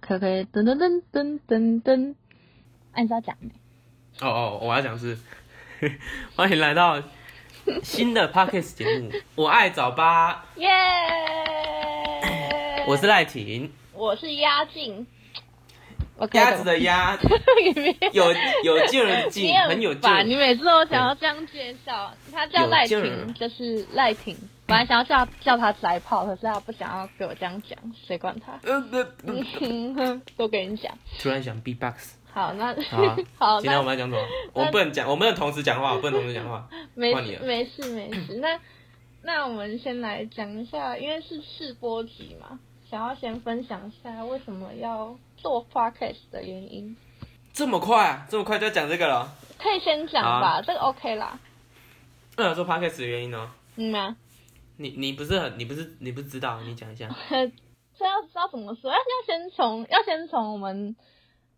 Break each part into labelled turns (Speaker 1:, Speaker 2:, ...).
Speaker 1: 可不可以噔噔噔噔噔噔？按照讲没？
Speaker 2: 哦哦，我要讲是， 欢迎来到新的 podcast 节目《我爱早八
Speaker 1: 耶、》，
Speaker 2: 我是赖婷，
Speaker 1: 我是压境，我
Speaker 2: 鸭子的鸭，有有劲儿的劲，很有劲
Speaker 1: 吧？
Speaker 2: 儿。
Speaker 1: 你每次都想要这样介绍，他叫赖
Speaker 2: 有劲儿
Speaker 1: 婷，就是赖婷。本来想要叫叫他宅炮，可是他不想要给我这样讲，谁管 他？
Speaker 2: 呃呃呃
Speaker 1: 嗯都跟你讲。
Speaker 2: 突然想 B-box，
Speaker 1: 好，那
Speaker 2: 好啊
Speaker 1: 好，
Speaker 2: 今天
Speaker 1: 那
Speaker 2: 我们要讲什么？我们不能讲，我们不能同时讲话，我不能同时讲话。
Speaker 1: 没
Speaker 2: 换你
Speaker 1: 事
Speaker 2: 了
Speaker 1: 没事没 事，那那我们先来讲一下，因为是试播集嘛，想要先分享一下为什么要做 podcast 的原因，
Speaker 2: 这么快啊，这么快就要讲这个了？
Speaker 1: 可以先讲
Speaker 2: 好啊
Speaker 1: 吧，这个 OK 啦，
Speaker 2: 为什么做 podcast 的原因呢？
Speaker 1: 嗯啊，
Speaker 2: 你你不是很你不是你不知道，你讲一下。
Speaker 1: 这要知道怎么说，要要先从要先从我们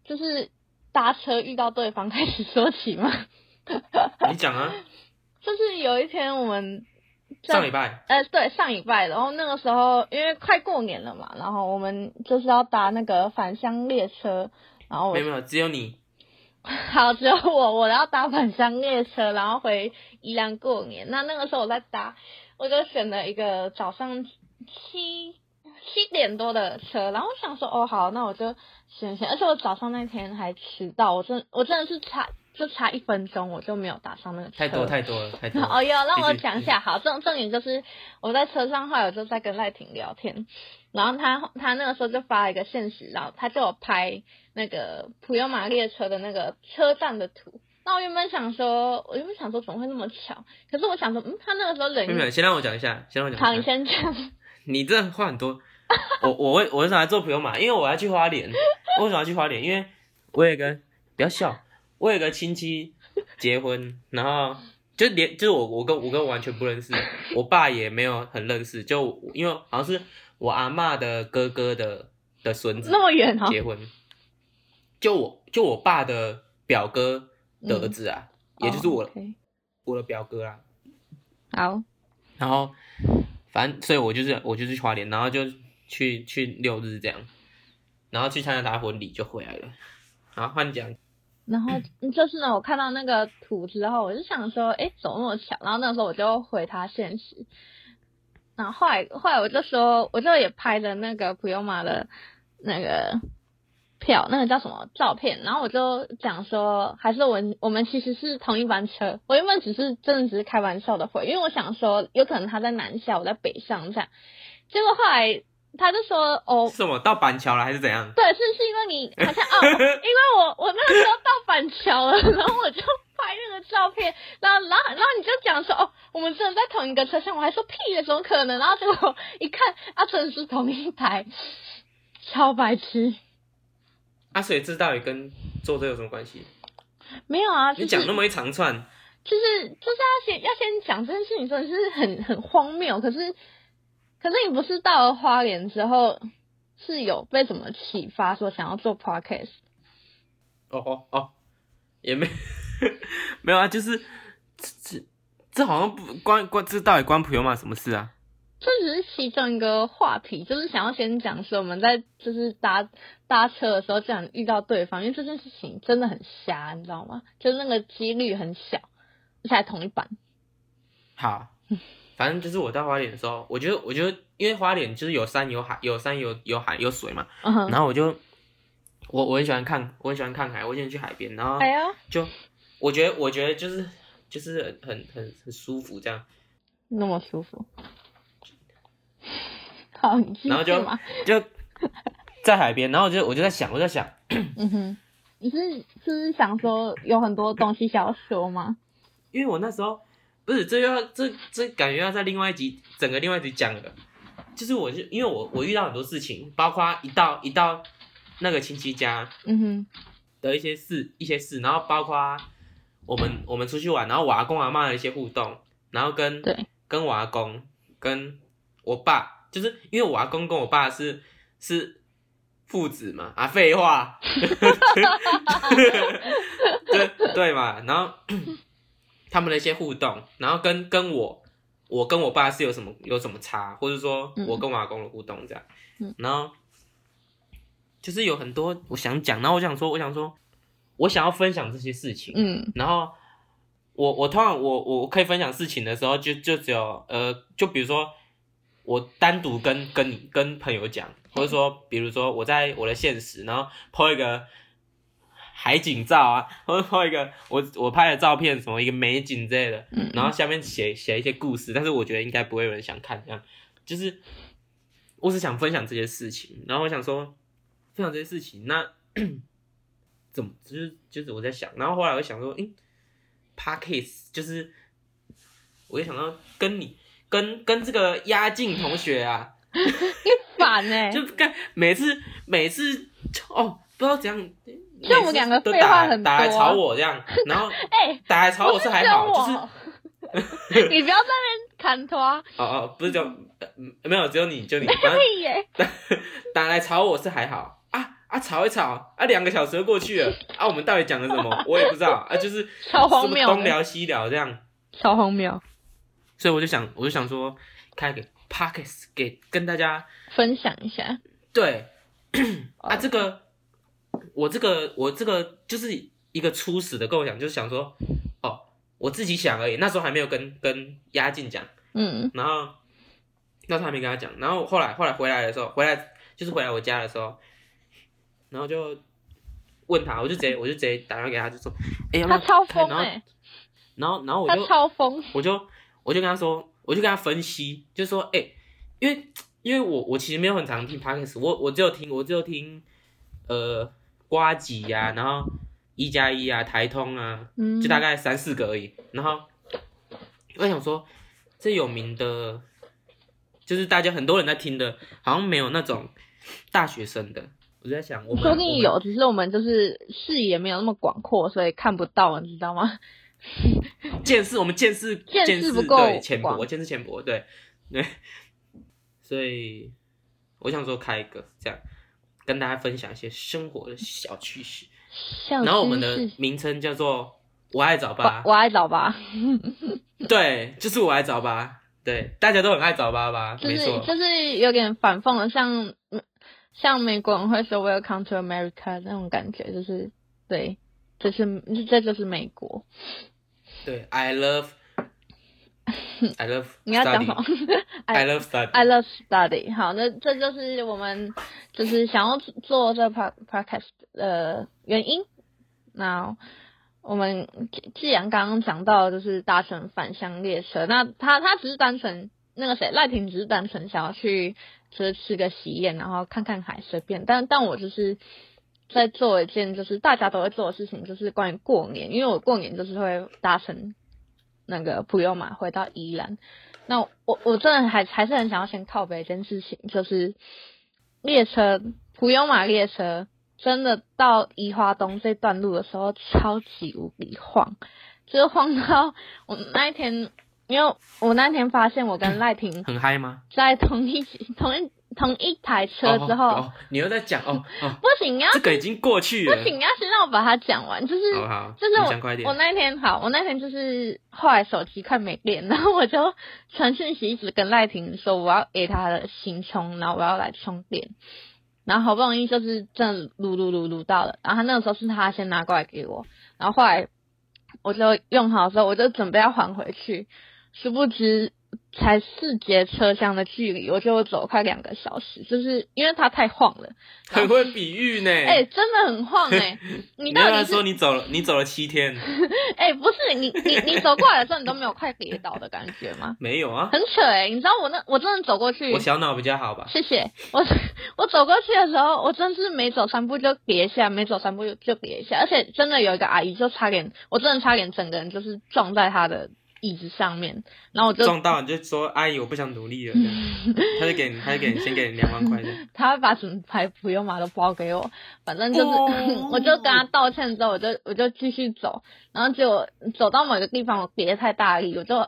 Speaker 1: 就是搭车遇到对方开始说起嘛，
Speaker 2: 你讲 啊，
Speaker 1: 就是有一天我们在
Speaker 2: 上礼拜
Speaker 1: 呃，对，上礼拜，然后那个时候因为快过年了嘛，然后我们就是要搭那个返乡列车，然后我
Speaker 2: 没有没有，只有你。
Speaker 1: 好只有我，我要搭返乡列车，然后回宜兰过年。那那个时候我在搭，我就选了一个早上七七点多的车，然后我想说，哦好，那我就选选，而且我早上那天还迟到，我真我真的是差就差一分钟，我就没有搭上那个车，
Speaker 2: 太多太多了，太多 了。
Speaker 1: 哦哟，让我
Speaker 2: 继续
Speaker 1: 讲一下。好，重重点就是我在车上，后来我就在跟赖婷聊天，然后他他那个时候就发了一个现实，然后他就有拍那个普悠玛列车的那个车站的图。那我原本想说，我原本想说怎么会那么巧？可是我想说，嗯，他那个时候
Speaker 2: 没有没有，
Speaker 1: 人，
Speaker 2: 先让我讲一下，先让我
Speaker 1: 好，
Speaker 2: 讲
Speaker 1: 你
Speaker 2: 一下。
Speaker 1: 先讲。
Speaker 2: 你这话很多。我我为我为什么要做朋友嘛？因为我要去花莲。我为什么要去花莲？因为我有一个不要笑，我有一个亲戚结婚，然后就连就是我我跟我跟我完全不认识，我爸也没有很认识，就因为好像是我阿嬷的哥哥的的孙子
Speaker 1: 那么远哦，
Speaker 2: 结婚，就我就我爸的表哥的儿子啊，也就是我、
Speaker 1: 哦，OK
Speaker 2: 我的表哥啊，
Speaker 1: 好，
Speaker 2: 然后反正所以我就是我就是去花莲，然后就去去六日这样，然后去参加他婚礼就回来了。然后换你讲，
Speaker 1: 然后就是呢，我看到那个图之后，我就想说，哎、怎么那么巧？然后那时候我就回他现实，然后后来后来我就说，我就也拍了那个普悠玛的那个票，那个叫什么照片？然后我就讲说，还是我们我们其实是同一班车。我原本只是真的只是开玩笑的回，因为我想说，有可能他在南下，我在北上这样。结果后来他就说，哦，
Speaker 2: 是我到板桥了还是怎样？
Speaker 1: 对，是是因为你好像哦，因为我我那个时候到板桥了， 然后我就拍那个照片，然后然后然后你就讲说哦，我们真的在同一个车厢，我还说屁的，怎么可能？然后结果一看，啊，真的是同一台，超白痴，
Speaker 2: 啊，所以这到底跟做这有什么关系？
Speaker 1: 没有啊，
Speaker 2: 你
Speaker 1: 就是
Speaker 2: 讲那么一长串，
Speaker 1: 就是就是要先要先讲这件事情，真的是很很荒谬。可是可是你不是到了花莲之后，是有被什么启发，说想要做 podcast？
Speaker 2: 哦哦哦，也没 没有啊，就是这这这好像不关关这到底关普悠玛什么事啊？
Speaker 1: 这只是其中一个话题，就是想要先讲说我们在就是搭搭车的时候，这样遇到对方，因为这件事情真的很瞎，你知道吗？就是那个几率很小，而且还同一版。
Speaker 2: 好，反正就是我到花莲的时候，我觉得我觉得因为花莲就是有山有海，有山有有海有水嘛，
Speaker 1: 嗯哼，
Speaker 2: 然后我就我我很喜欢看，我很喜欢看海，我喜欢去海边，然后
Speaker 1: 哎呀，
Speaker 2: 就我觉得我觉得就是就是很很很舒服这样，
Speaker 1: 那么舒服。好，你继
Speaker 2: 然后
Speaker 1: 续
Speaker 2: 就
Speaker 1: 嘛。
Speaker 2: 就 在海边，然后我就我就在想，我在想，
Speaker 1: 嗯哼，你是是不是想说有很多东西想要说吗？
Speaker 2: 因为我那时候不是这又要这这感觉要在另外一集整个另外一集讲了，就是我就因为我我遇到很多事情，包括一到一到那个亲戚家
Speaker 1: 嗯哼，
Speaker 2: 的一些事一些事，然后包括我们我们出去玩，然后我阿公阿妈的一些互动，然后跟
Speaker 1: 对，
Speaker 2: 跟我阿公跟我爸，就是因为我阿公跟我爸是是父子嘛，啊，废话， 对对嘛，然后 他们的一些互动，然后跟跟我我跟我爸是有什么有什么差，或者说
Speaker 1: 嗯
Speaker 2: 我跟我阿公的互动这样，
Speaker 1: 嗯
Speaker 2: 然后就是有很多我想讲，然后我想说，我想说，我想要分享这些事情，
Speaker 1: 嗯
Speaker 2: 然后我我通常我我可以分享事情的时候就，就只有呃，就比如说我单独跟跟你跟朋友讲，或者说比如说我在我的现实，然后 po 一个海景照啊，或者 po 一个我我拍的照片，什么一个美景之类的，
Speaker 1: 嗯，
Speaker 2: 然后下面写写一些故事，但是我觉得应该不会有人想看，这样就是我只想分享这些事情，然后我想说分享这些事情，那 怎么就是就是我在想，然后后来我就想说，嗯 p a r k a s 就是我就想到跟你跟跟这个压境同学啊，
Speaker 1: 烦哎、
Speaker 2: 就干每次每次哦不知道怎样，
Speaker 1: 就我们两个
Speaker 2: 每次都
Speaker 1: 废话
Speaker 2: 打
Speaker 1: 很
Speaker 2: 打来
Speaker 1: 多啊
Speaker 2: 吵我这样，然后
Speaker 1: 哎、
Speaker 2: 打来吵我是还好，就
Speaker 1: 就
Speaker 2: 是。
Speaker 1: 是 你不要在那边砍拖
Speaker 2: 哦哦，不是叫、呃嗯没有，只有你，就你，反正
Speaker 1: 屁耶！
Speaker 2: 打打来吵我是还好啊啊，吵一吵啊，两个小时就过去了啊，我们到底讲了 什么？我也不知道啊，就是
Speaker 1: 超荒
Speaker 2: 什
Speaker 1: 谬
Speaker 2: 么东
Speaker 1: 的
Speaker 2: 聊西聊这样，
Speaker 1: 超荒谬，
Speaker 2: 所以我就想，我就想说开个 pockets 给跟大家
Speaker 1: 分享一下
Speaker 2: 对啊，
Speaker 1: 哦
Speaker 2: 这个我这个我这个就是一个初始的构想，就是想说哦，我自己想而已，那时候还没有跟跟押进讲。
Speaker 1: 嗯
Speaker 2: 然后那时候还没跟他讲，然后后来后来回来的时候，回来就是回来我家的时候，然后就问他，我就直接我就直接打电话给他，就说，哎、要不
Speaker 1: 他
Speaker 2: 要
Speaker 1: 超
Speaker 2: 开
Speaker 1: 疯
Speaker 2: 然后
Speaker 1: 哎、
Speaker 2: 然后然后我
Speaker 1: 他
Speaker 2: 就
Speaker 1: 超疯，
Speaker 2: 我就我就跟他说，我就跟他分析，就说，哎、因为因为我我其实没有很常听 podcast，我我只有听我只有听呃瓜几呀、然后一加一啊，台通啊，
Speaker 1: 嗯，
Speaker 2: 就大概三四个而已。然后我想说，这有名的，就是大家很多人在听的，好像没有那种大学生的。我就在想，我们
Speaker 1: 说不定，
Speaker 2: 我
Speaker 1: 有，只是我们就是视野没有那么广阔，所以看不到，你知道吗？
Speaker 2: 们见识，我们见识
Speaker 1: 见识
Speaker 2: 识
Speaker 1: 不够
Speaker 2: 对浅薄，
Speaker 1: 广
Speaker 2: 见识浅薄，对 对。所以我想说开一个这样，跟大家分享一些生活的小趣事。
Speaker 1: 然
Speaker 2: 然后我们的名称叫做“我爱早八”，
Speaker 1: 我爱找吧，
Speaker 2: 对，就是我爱早八，对，大家都很爱早八吧，
Speaker 1: 就
Speaker 2: 没
Speaker 1: 是
Speaker 2: 错，
Speaker 1: 就是有点反讽了，像嗯像美国人会说 “Welcome to America” 那种感觉，就是对，这是这就是美国。
Speaker 2: 对 ，I love。I love
Speaker 1: 你要讲什哎么
Speaker 2: study. I love study.
Speaker 1: I love study。好，那这就是我们就是想要做这 pod podcast 的原因。那我们既既然刚刚讲到就是搭乘返乡列车，那他他只是单纯那个谁赖婷只是单纯想要去就是吃个喜宴，然后看看海，随便。但但我就是在做一件就是大家都会做的事情，就是关于过年，因为我过年就是会搭乘那个普悠玛回到宜兰。那我我真的还还是很想要先靠北一件事情，就是列车普悠玛列车真的到宜花东这段路的时候，超级无敌晃，就是晃到 我那一天，因为我那天发现我跟赖婷
Speaker 2: 很嗨吗？
Speaker 1: 在同一起同一同一台 车之后，
Speaker 2: 哦哦，你又在讲哦哦，
Speaker 1: 不行啊
Speaker 2: 这，个已经过去
Speaker 1: 不
Speaker 2: 了，
Speaker 1: 行啊，先让我把它讲完，就是。
Speaker 2: 好好，
Speaker 1: 就是
Speaker 2: 你讲快
Speaker 1: 我，
Speaker 2: 一点
Speaker 1: 我。那天好，我那天就是后来手机快没电，然后我就传讯息一直跟赖婷说我要给她的行充，然后我要来充电，然后好不容易就是真的撸撸撸撸到了，然后他那个时候是他先拿过来给我，然后后来我就用好之后，我就准备要还回去，殊不知才四节车厢的距离，我就走快两个小时，就是因为它太晃 了，
Speaker 2: 很会比喻呢。
Speaker 1: 哎、真的很晃哎、你
Speaker 2: 你
Speaker 1: 到
Speaker 2: 刚
Speaker 1: 底
Speaker 2: 才
Speaker 1: 是
Speaker 2: 说你走了，你走了七天，
Speaker 1: 哎、不是你你你走过来的时候，你都没有快跌倒的感觉吗？
Speaker 2: 没有啊？
Speaker 1: 很扯哎、你知道我那我真的走过去
Speaker 2: 我，小脑比较好吧？
Speaker 1: 谢谢我我走过去的时候，我真是每走三步就跌一下，每走三步就就跌一下，而且真的有一个阿姨就差点，我真的差点整个人就是撞在她的椅子上面，然后我就
Speaker 2: 撞到你就说阿姨，我不想努力了，这样他就给你，他就给你先给你两万块的。
Speaker 1: 他把整排普悠玛都包给我，反正就是、
Speaker 2: 哦
Speaker 1: 我就跟他道歉之后，我就我就继续走，然后结果走到某个地方，我别太大力，我就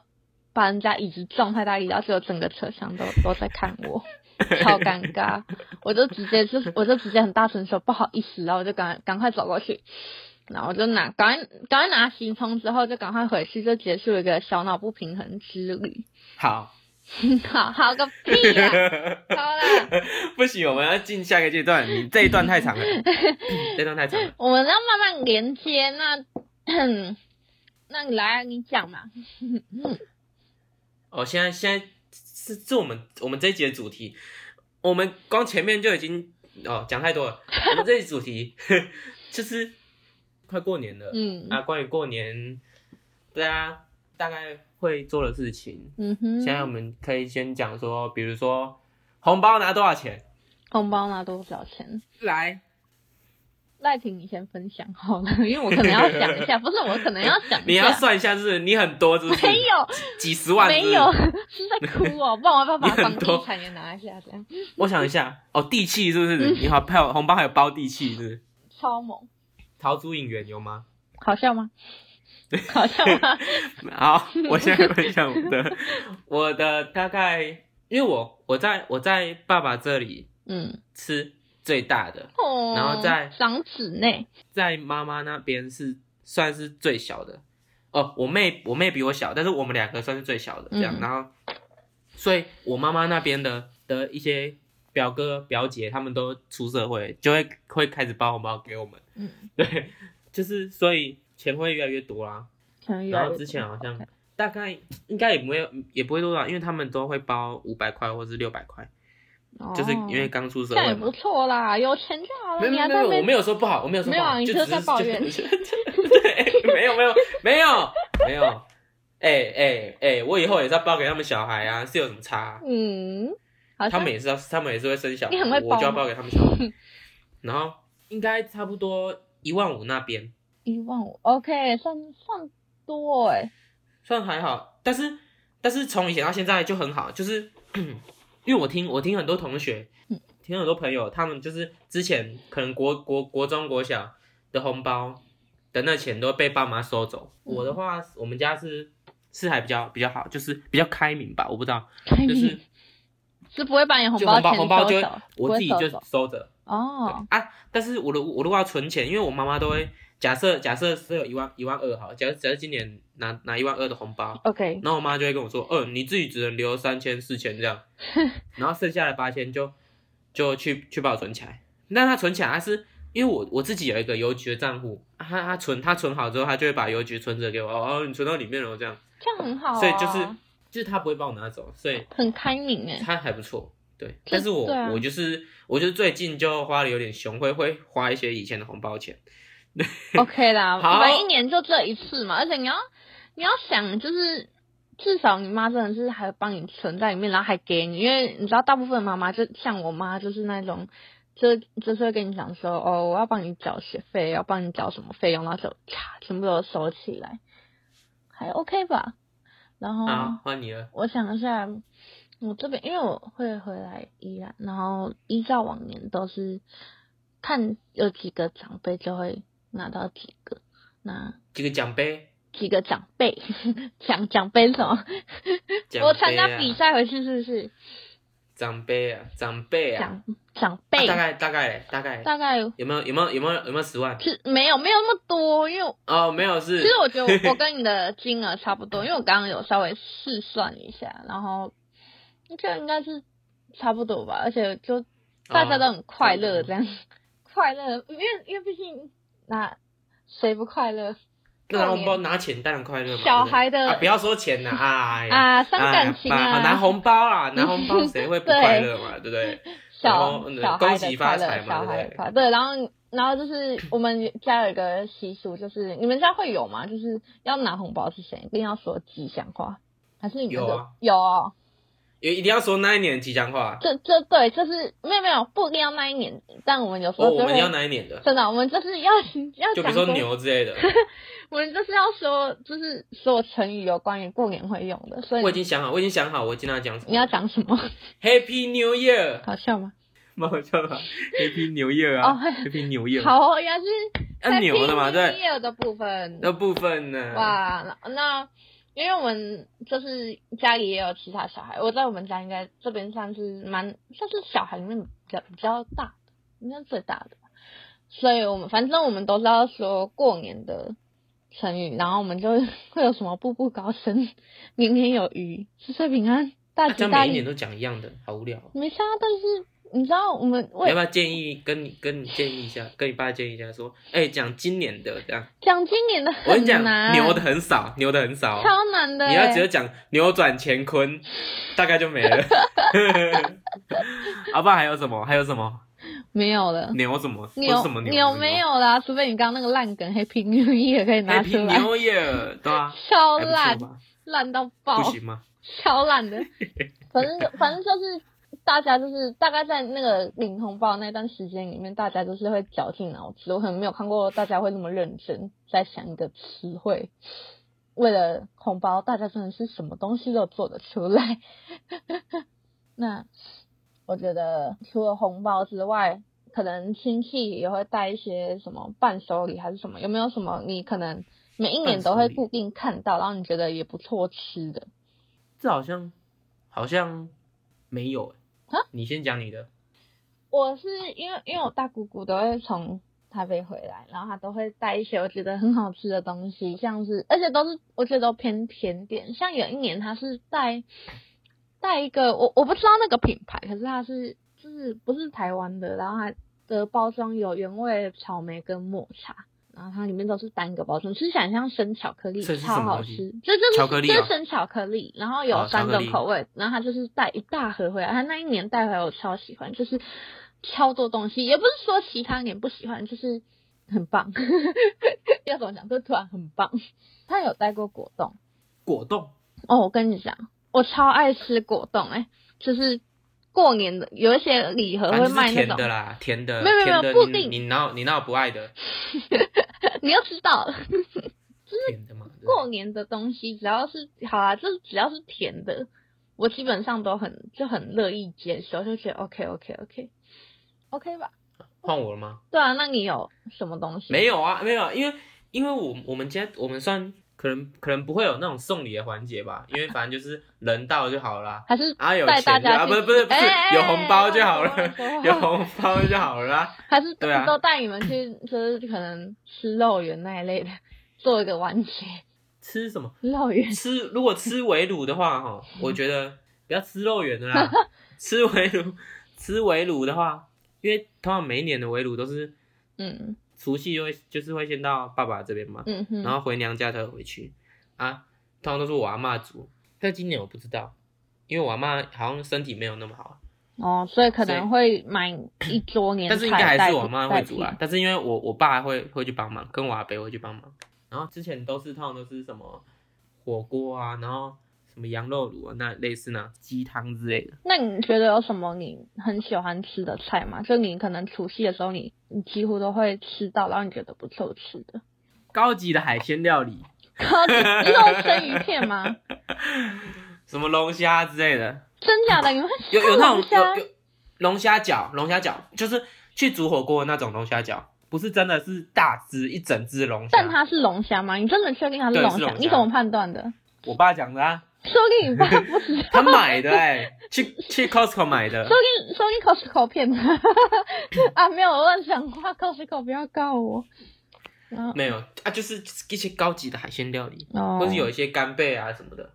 Speaker 1: 把人家椅子撞太大力，然后结果整个车厢都 都在看我，超尴尬，我就直接就我就直接很大声说不好意思，然后我就赶赶快走过去。然后我就拿，赶快赶快拿行充之后，就赶快回去，就结束一个小脑不平衡之旅。
Speaker 2: 好，
Speaker 1: 好好个屁 啊呀、好啦，
Speaker 2: 不行，我们要进下一个阶段。你这一段 太长了，这一段太长了。
Speaker 1: 我们要慢慢连接。那 那你来啊，你讲嘛。
Speaker 2: 哦，现在现在是是我们我们这一集的主题，我们光前面就已经哦讲太多了。我们这一集主题 就是快过年了，
Speaker 1: 嗯
Speaker 2: 啊，关于过年大家大概会做的事情，
Speaker 1: 嗯哼，
Speaker 2: 现在我们可以先讲说，比如说红包拿多少钱，
Speaker 1: 红包拿多少钱？
Speaker 2: 来
Speaker 1: 赖婷，你先分享好了， 因为我可能要想 一下，不是我可能要想一下。
Speaker 2: 你要算一下是不是你很多是不是？
Speaker 1: 没有，
Speaker 2: 几十万是
Speaker 1: 没
Speaker 2: 不是
Speaker 1: 有， 是在哭 哦，不然我要把
Speaker 2: 你很
Speaker 1: 房
Speaker 2: 多
Speaker 1: 地产也拿一下，这样
Speaker 2: 我想一下，哦，地契是不是？
Speaker 1: 嗯
Speaker 2: 你好，还有红包还有包地契是不是？
Speaker 1: 超猛，
Speaker 2: 桃竹影园有吗？
Speaker 1: 好笑吗？ 好笑 吗？
Speaker 2: 好，我现在分享我 的，我的大概，因为我我在我在爸爸这里
Speaker 1: 嗯，
Speaker 2: 吃最大的，
Speaker 1: 哦，
Speaker 2: 然后再
Speaker 1: 长子内，
Speaker 2: 在妈妈那边是算是最小的。哦，我妹我妹比我小，但是我们两个算是最小的这样。
Speaker 1: 嗯
Speaker 2: 然后，所以我妈妈那边的的一些表哥表姐他们都出社会，就会会开始包红包给我们。
Speaker 1: 嗯，
Speaker 2: 对，就是所以钱会越来越多啊啦、
Speaker 1: 可能越来
Speaker 2: 然
Speaker 1: 越
Speaker 2: 后之前啊好像大概应该也不会也不会多少，因为他们都会包五百块或是六百块，就是因为
Speaker 1: 哦
Speaker 2: 刚出社
Speaker 1: 这样
Speaker 2: 会
Speaker 1: 也不
Speaker 2: 嘛。
Speaker 1: 错啦，有钱就好
Speaker 2: 没
Speaker 1: 了，你
Speaker 2: 有没有
Speaker 1: 还
Speaker 2: 没
Speaker 1: 在
Speaker 2: 有，
Speaker 1: 那
Speaker 2: 我
Speaker 1: 边
Speaker 2: 没有说不好，我没有说不好，
Speaker 1: 没有啊你
Speaker 2: 就
Speaker 1: 就
Speaker 2: 只
Speaker 1: 是在抱怨
Speaker 2: 就 对，没有没有没有没有，哎哎哎，我以后也是要包给他们小孩啊，是有什么差啊、
Speaker 1: 嗯，好
Speaker 2: 他
Speaker 1: 像
Speaker 2: 们也是要，他们也是会生小孩，
Speaker 1: 你很会包
Speaker 2: 我就要
Speaker 1: 吗
Speaker 2: 包给他们小 孩。然后应该差不多一万五那边，
Speaker 1: 一万五，OK，算算多哎，
Speaker 2: 算还好，但是但是从以前到现在就很好，就是 因为我听我听很多同学
Speaker 1: 嗯，
Speaker 2: 听很多朋友，他们就是之前可能国国国中国小的红包的那钱都被爸妈收走。
Speaker 1: 嗯
Speaker 2: 我的话，我们家是是还比较比较好，就是比较开明吧，我不知道，
Speaker 1: 嗯
Speaker 2: 就是
Speaker 1: 哎是不会把你红
Speaker 2: 就红包
Speaker 1: 钱
Speaker 2: 红包
Speaker 1: 收
Speaker 2: 就会
Speaker 1: 走，不
Speaker 2: 我
Speaker 1: 会
Speaker 2: 自己
Speaker 1: 收
Speaker 2: 就
Speaker 1: 走
Speaker 2: 收着。
Speaker 1: 哦，
Speaker 2: 啊，但是我如我如果要存钱，因为我妈妈都会假设假设是有一万一万二好，假设假设今年拿拿一万二的红包，
Speaker 1: OK，
Speaker 2: 然后我妈就会跟我说，嗯，你自己只能留三千、四千 这样，然后剩下的八千就就去去把我存起来。那她存起来，她是因为我我自己有一个邮局的账户，啊她她存她存好之后，她就会把邮局存折给我，哦，哦你存到里面了这样，
Speaker 1: 这样很好啊，
Speaker 2: 所以就是就是她不会帮我拿走，所以
Speaker 1: 很开明哎，
Speaker 2: 她还不错。对，但是我、
Speaker 1: 对啊
Speaker 2: 我就是我就是最近就花的有点凶，会会花一些以前的红包钱。
Speaker 1: OK 啦，
Speaker 2: 好
Speaker 1: 反正一年就这一次嘛，而且你要你要想，就是至少你妈真的是还帮你存在里面，然后还给你，因为你知道大部分妈妈就像我妈就是那种。就就是会跟你讲说，哦，我要帮你缴学费，要帮你缴什么费用，然后就咔全部都收起来，还 OK 吧。然后、
Speaker 2: 啊，换你了。
Speaker 1: 我想一下，我这边因为我会回来宜兰，然后依照往年都是看有几个长辈就会拿到几个，那
Speaker 2: 这个奖杯，
Speaker 1: 几个长辈 奖奖杯是什么？
Speaker 2: 奖杯、啊、
Speaker 1: 我参加比赛回去是不是
Speaker 2: 长辈啊，长辈啊，
Speaker 1: 奖长
Speaker 2: 啊
Speaker 1: 辈？
Speaker 2: 大概大概大概
Speaker 1: 大概
Speaker 2: 有没有有没有有没有有没有十万？
Speaker 1: 是没有没有那么多，因为
Speaker 2: 哦，没有
Speaker 1: 其
Speaker 2: 是
Speaker 1: 实我觉得我跟你的金额差不 多，因为我刚刚有稍微试算一下，然后这应该是差不多吧，而且就大家都很快乐，这样、
Speaker 2: 哦
Speaker 1: 快乐，因为因为毕竟那谁不快乐
Speaker 2: 那拿红包拿钱当然快乐嘛。
Speaker 1: 小孩的
Speaker 2: 对不对啊，不要说钱呐，哎呀，
Speaker 1: 啊？伤感情
Speaker 2: 哎呀
Speaker 1: 啊，
Speaker 2: 爸拿红包啊，拿红包谁会 不
Speaker 1: 对
Speaker 2: 快乐嘛？对不对？然
Speaker 1: 小
Speaker 2: 后嗯
Speaker 1: 小
Speaker 2: 恭
Speaker 1: 孩
Speaker 2: 喜
Speaker 1: 的
Speaker 2: 发
Speaker 1: 快
Speaker 2: 财
Speaker 1: 乐，
Speaker 2: 嘛
Speaker 1: 小孩
Speaker 2: 对不
Speaker 1: 的
Speaker 2: 对
Speaker 1: 快乐，对，然后然后就是我们家有一个习俗，就是你们家会有吗？就是要拿红包之前一定要说吉祥话，还是你们
Speaker 2: 有
Speaker 1: 的
Speaker 2: 啊
Speaker 1: 有哦？
Speaker 2: 也一定要说那一年的吉祥话。
Speaker 1: 这这对，就是没有没有不一定要那一年，但我们有时
Speaker 2: 哦，
Speaker 1: 候就
Speaker 2: 我
Speaker 1: 会
Speaker 2: 们要哪一年的？
Speaker 1: 真的，我们就是要要
Speaker 2: 就比
Speaker 1: 讲
Speaker 2: 如说牛之类的，
Speaker 1: 我们就是要说，就是所有成语有关于过年会用的，所
Speaker 2: 我已
Speaker 1: 以
Speaker 2: 经想好，我已经想好，我今天要讲什
Speaker 1: 你
Speaker 2: 么
Speaker 1: 要讲什么？
Speaker 2: ？Happy New Year，
Speaker 1: 好笑吗？
Speaker 2: 蛮好笑的啊，Happy New Year
Speaker 1: 哦
Speaker 2: 啊，Happy New Year，
Speaker 1: 好哦，原来是
Speaker 2: 按牛的嘛，对，
Speaker 1: 业 E 的部分。
Speaker 2: 那部分呢？
Speaker 1: 哇，那那因为我们就是家里也有其他小孩，我在我们家应该这边算是蛮算是小孩里面比较比较大的，应该是最大的吧。所以我们反正我们都知道说过年的成语，然后我们就会有什么步步高升，年年有余，岁岁平安，大
Speaker 2: 这
Speaker 1: 吉
Speaker 2: 样
Speaker 1: 大
Speaker 2: 每一年
Speaker 1: 利。
Speaker 2: 都讲一样的，好无聊哦。
Speaker 1: 没差，但是你知道我们
Speaker 2: 你要
Speaker 1: 为
Speaker 2: 不要建议跟你跟你建议一下，跟你爸建议一下，说，哎、讲今年的这样。
Speaker 1: 讲今年的
Speaker 2: 我跟
Speaker 1: 很
Speaker 2: 你讲，
Speaker 1: 难，
Speaker 2: 牛的很少，牛的很少哦。
Speaker 1: 超难的欸。
Speaker 2: 你要直接讲扭转乾坤，大概就没 了。好不好？还有什么？还有什么？
Speaker 1: 没有了。
Speaker 2: 牛什么？不是
Speaker 1: 牛
Speaker 2: 什么牛？
Speaker 1: 牛没有啦，除非你刚刚那个烂梗 Happy New Year 可以拿出
Speaker 2: ？Happy
Speaker 1: 来，
Speaker 2: New Year，对吧、
Speaker 1: 超
Speaker 2: 啊还不
Speaker 1: 烂
Speaker 2: 错，吧？
Speaker 1: 烂到
Speaker 2: 不
Speaker 1: 爆，
Speaker 2: 行吗？
Speaker 1: 超烂 的。反正就反正就是大家就是大概在那个领红包那段时间里面，大家就是会绞尽脑汁。我可能没有看过大家会那么认真在想一个词汇。为了红包，大家真的是什么东西都做得出来。 那我觉得除了红包之外，可能亲戚也会带一些什么伴手礼还是什么？有没有什么你可能每一年都
Speaker 2: 伴手
Speaker 1: 会
Speaker 2: 礼
Speaker 1: 固定看到，然后你觉得也不错吃的？
Speaker 2: 这好像好像没有欸
Speaker 1: 啊
Speaker 2: 你先讲你的，
Speaker 1: 我是因为因为我大姑姑都会从台北回来，然后她都会带一些我觉得很好吃的东西，像是呃而且都是我觉得都偏甜点，像有一年她是带带一个我我不知道那个品牌，可是它是就是不是台湾的，然后它的包装有原味草莓跟抹茶。然后它里面都是单个包装，吃起来像生巧克力，
Speaker 2: 这是什
Speaker 1: 超
Speaker 2: 么
Speaker 1: 好
Speaker 2: 东西
Speaker 1: 吃。这就是
Speaker 2: 巧克力
Speaker 1: 这
Speaker 2: 哦
Speaker 1: 是生巧克力，然后
Speaker 2: 哦
Speaker 1: 有
Speaker 2: 巧
Speaker 1: 三
Speaker 2: 克
Speaker 1: 种
Speaker 2: 力
Speaker 1: 口味，然后他就是带一大盒回来，他那一年带回来我超喜欢，就是超多东西，也不是说其他年不喜欢，就是很棒。 要怎么讲？就突然很棒。他有带过果冻
Speaker 2: 果冻
Speaker 1: 哦，我跟你讲，我超爱吃果冻哎、就是过年的有一些礼盒
Speaker 2: 反
Speaker 1: 会
Speaker 2: 正就是
Speaker 1: 卖那
Speaker 2: 甜
Speaker 1: 种，
Speaker 2: 的啦，甜的，
Speaker 1: 没有没有
Speaker 2: 甜
Speaker 1: 没
Speaker 2: 的，
Speaker 1: 有布
Speaker 2: 你
Speaker 1: 丁
Speaker 2: 你哪有你哪有不爱的？
Speaker 1: 你又知道了。
Speaker 2: 甜的嘛，对不对
Speaker 1: 过年的东西，只要是好啊，就是只要是甜的，我基本上都很就很乐意接受，就觉得 OK OK OK OK 吧。
Speaker 2: 换我了吗？
Speaker 1: 对啊，那你有什么东西？
Speaker 2: 没有啊，没有啊，因为因为我我们家我们算可能可能不会有那种送礼的环节吧，因为反正就是人到就好啦，
Speaker 1: 还是
Speaker 2: 啊有
Speaker 1: 带大
Speaker 2: 钱就
Speaker 1: 家
Speaker 2: 啊，
Speaker 1: 去
Speaker 2: 不是不是不是
Speaker 1: 哎哎
Speaker 2: 有红包就好
Speaker 1: 哎哎
Speaker 2: 了，
Speaker 1: 哎
Speaker 2: 有红包就好了啊。
Speaker 1: 还是
Speaker 2: 对啊
Speaker 1: 都带你们去，就是可能吃肉圆那一类的， 做一个完结。
Speaker 2: 吃什么？
Speaker 1: 肉圆
Speaker 2: 吃如果吃围炉的话，哈，我觉得不要吃肉圆的 啦，吃围炉，吃围炉的话，因为通常每一年的围炉都是
Speaker 1: 嗯
Speaker 2: 除夕就会就是会先到爸爸这边嘛，
Speaker 1: 嗯哼，
Speaker 2: 然后回娘家才会回去啊，通常都是我阿妈煮，但今年我不知道，因为我阿妈好像身体没有那么好，啊
Speaker 1: 哦，所以可能会买一桌年菜，
Speaker 2: 但是应该还
Speaker 1: 代
Speaker 2: 是
Speaker 1: 替
Speaker 2: 我阿妈会煮啊啦
Speaker 1: 代替，
Speaker 2: 但是因为我我爸会会去帮忙，跟我阿伯会去帮忙，然后之前都是通常都是什么火锅啊，然后。什么羊肉炉啊，那类似那鸡汤之类的，
Speaker 1: 那你觉得有什么你很喜欢吃的菜吗？就你可能除夕的时候你，你几乎都会吃到，然后你觉得不错吃的。
Speaker 2: 高级的海鲜料理，
Speaker 1: 靠近你说生鱼片 吗？
Speaker 2: 什么龙虾之类的，
Speaker 1: 真假的？你会吃
Speaker 2: 有有那
Speaker 1: 龙
Speaker 2: 种有
Speaker 1: 虾？
Speaker 2: 有龙虾饺，龙虾饺就是去煮火锅的那种龙虾饺，不是真的是大只一整只龙虾。
Speaker 1: 但它是龙虾吗？你真的确定它是
Speaker 2: 啊对
Speaker 1: 龙
Speaker 2: 是
Speaker 1: 虾？
Speaker 2: 龙虾
Speaker 1: 你怎么判断的？
Speaker 2: 我爸讲的 啊，
Speaker 1: 说不定你爸不知道，
Speaker 2: 他买的哎、去去 Costco 买的
Speaker 1: 说。不定说不定 Costco 骗他 啊！没有，我乱讲话，Costco 不要告我。然后
Speaker 2: 没有啊，就是一些高级的海鲜料理，
Speaker 1: 哦，嗯
Speaker 2: 或是有一些干贝啊什么的。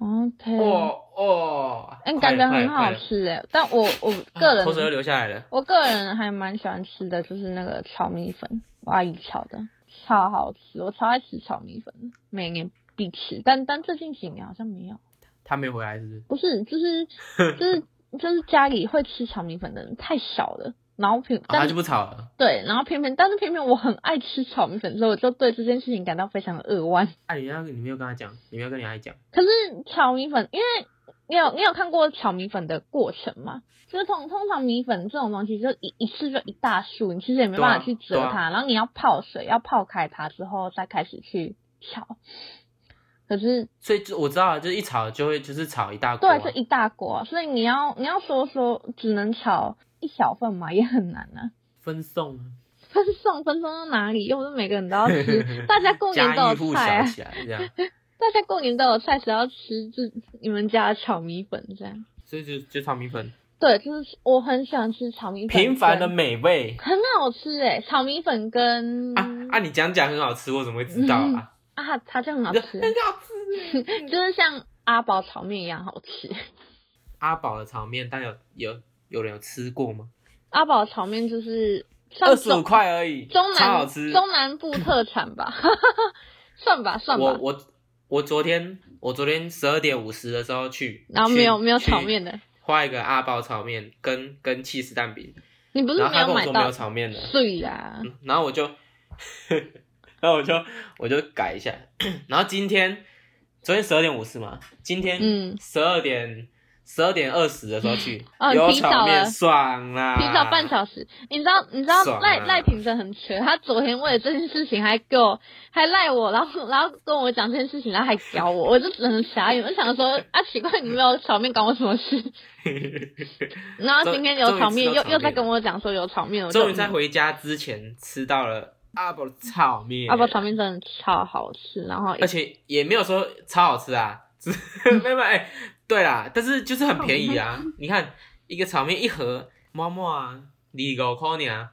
Speaker 1: OK，
Speaker 2: 哦哦，
Speaker 1: 哎、
Speaker 2: 快
Speaker 1: 感
Speaker 2: 了
Speaker 1: 觉
Speaker 2: 快
Speaker 1: 很
Speaker 2: 了快
Speaker 1: 好
Speaker 2: 了
Speaker 1: 吃哎，但我我个
Speaker 2: 啊口水都
Speaker 1: 人
Speaker 2: 流下来了。
Speaker 1: 我个人还蛮喜欢吃的，就是那个炒米粉，我阿姨炒的，超好吃，我超爱吃炒米粉，每年必吃。但但最近几年好像没有，
Speaker 2: 他没回来是不啊是？
Speaker 1: 不是，就是就是就是家里会吃炒米粉的人太少了，然后偏
Speaker 2: 啊他
Speaker 1: 但
Speaker 2: 就不吵了。
Speaker 1: 对，然后偏偏但是偏偏我很爱吃炒米粉，所以我就对这件事情感到非常的扼腕。
Speaker 2: 啊，你要你没有跟他讲，你没有跟你阿姨讲。
Speaker 1: 可是炒米粉，因为你有你有看过炒米粉的过程吗？就是通通常米粉这种东西，就一一次就一大束，你其实也没办法去折
Speaker 2: 对啊对
Speaker 1: 它，然后你要泡水，要泡开它之后再开始去炒。可是
Speaker 2: 所以就我知道了，就是一炒就会就是炒一大锅、啊
Speaker 1: 对，就啊一大锅，所以你要你要说说只能炒一小份嘛，也很难啊。
Speaker 2: 分送啊，
Speaker 1: 分送分送到哪里？又不是每个人都要 吃，大家过年都
Speaker 2: 家喻
Speaker 1: 有
Speaker 2: 户
Speaker 1: 菜、
Speaker 2: 晓
Speaker 1: 啊，
Speaker 2: 起来 这样，
Speaker 1: 大家过年都有菜，谁要吃就你们家的炒米粉这样？
Speaker 2: 所以就就炒米粉，
Speaker 1: 对，就是我很喜欢吃炒米粉，
Speaker 2: 平凡的美味
Speaker 1: 很好吃哎，炒米粉跟
Speaker 2: 啊啊！你讲讲很好吃，我怎么会知道啊？
Speaker 1: 啊它就很好
Speaker 2: 你就
Speaker 1: 吃，
Speaker 2: 很好吃，
Speaker 1: 就是像阿宝炒面一样好吃。
Speaker 2: 阿宝的炒面，但有有有人有吃过吗？
Speaker 1: 阿宝炒面就是算
Speaker 2: 二十五
Speaker 1: 中
Speaker 2: 块而已，
Speaker 1: 中
Speaker 2: 超好
Speaker 1: 南
Speaker 2: 吃。
Speaker 1: 中南部特产吧， 算吧算
Speaker 2: 我
Speaker 1: 吧。
Speaker 2: 我我昨天我昨天十二点五十的时候去，
Speaker 1: 然后没有
Speaker 2: 去
Speaker 1: 没有炒，面的，
Speaker 2: 去画一个阿宝炒面跟跟起司蛋饼，
Speaker 1: 你不是
Speaker 2: 然后
Speaker 1: 没
Speaker 2: 他跟我
Speaker 1: 买
Speaker 2: 说没
Speaker 1: 到
Speaker 2: 有？炒面的，
Speaker 1: 对呀，
Speaker 2: 然后我就， 然后我就我就改一下，然后今天昨天十二点五十嘛，今天
Speaker 1: 嗯，
Speaker 2: 十二点十二点二十的时候去，
Speaker 1: 哦
Speaker 2: 有
Speaker 1: 提早
Speaker 2: 炒面
Speaker 1: 了
Speaker 2: 爽啦，
Speaker 1: 提早 半小时。你知道你知道
Speaker 2: 啊爽啊
Speaker 1: 赖赖平真很扯，他昨天为了这件事情还给我还赖我，然后然后跟我讲这件事情，然后还屌我，我就只能傻眼，我想说啊奇怪，你没有炒面关我什么事？然后今天有炒面，又
Speaker 2: 终于吃到炒面
Speaker 1: 又在跟我讲说有炒面，我就
Speaker 2: 终于在回家之前吃到了阿宝炒面，
Speaker 1: 阿宝嗯啊炒面真的超好吃，然后
Speaker 2: 而且也没有说超好吃啊， 只是
Speaker 1: 嗯
Speaker 2: 没有没有哎、对啦，但是就是很便宜啊。你看一个炒面一盒，妈妈啊，二五块呢，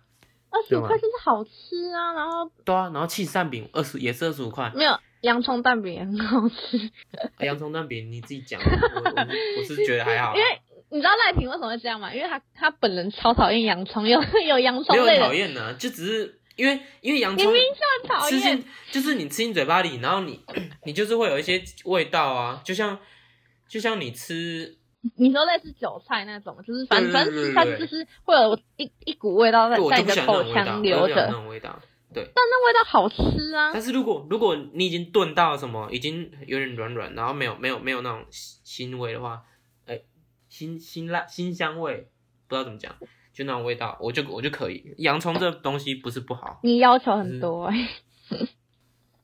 Speaker 1: 二十
Speaker 2: 对
Speaker 1: 五
Speaker 2: 吗
Speaker 1: 块就是好吃啊，然后
Speaker 2: 对啊，然后气蛋饼二十也是二十五块，
Speaker 1: 没有洋葱蛋饼也很好吃。
Speaker 2: 哎洋葱蛋饼你自己讲，我我我是觉得还好啊，
Speaker 1: 因为你知道赖平为什么会这样吗？因为他他本人超讨厌洋葱， 有有洋葱
Speaker 2: 没有
Speaker 1: 类
Speaker 2: 很
Speaker 1: 的
Speaker 2: 讨，厌呢，就只是因为因为洋
Speaker 1: 明
Speaker 2: 葱
Speaker 1: 明就很讨
Speaker 2: 吃
Speaker 1: 厌
Speaker 2: 进。就是你吃进嘴巴里，然后你 你就是会有一些味道啊，就像就像你吃
Speaker 1: 你说类似韭菜那种，就是反
Speaker 2: 对
Speaker 1: 反
Speaker 2: 对对
Speaker 1: 正
Speaker 2: 对
Speaker 1: 它就是会有一一股味道在
Speaker 2: 我
Speaker 1: 在
Speaker 2: 就
Speaker 1: 你
Speaker 2: 不喜
Speaker 1: 的口
Speaker 2: 欢那种味道，
Speaker 1: 腔
Speaker 2: 我
Speaker 1: 留
Speaker 2: 就不喜欢
Speaker 1: 着
Speaker 2: 那，种味道。
Speaker 1: 但那味道好吃啊。
Speaker 2: 但是如果如果你已经炖到什么，已经有点软软，然后没有没有没有那种腥腥味的话，哎、辛辛辣辛香味，不知道怎么讲，就那种味道，我就我就可以。洋葱这东西不是不好，
Speaker 1: 你要求很多、
Speaker 2: 嗯
Speaker 1: 欸。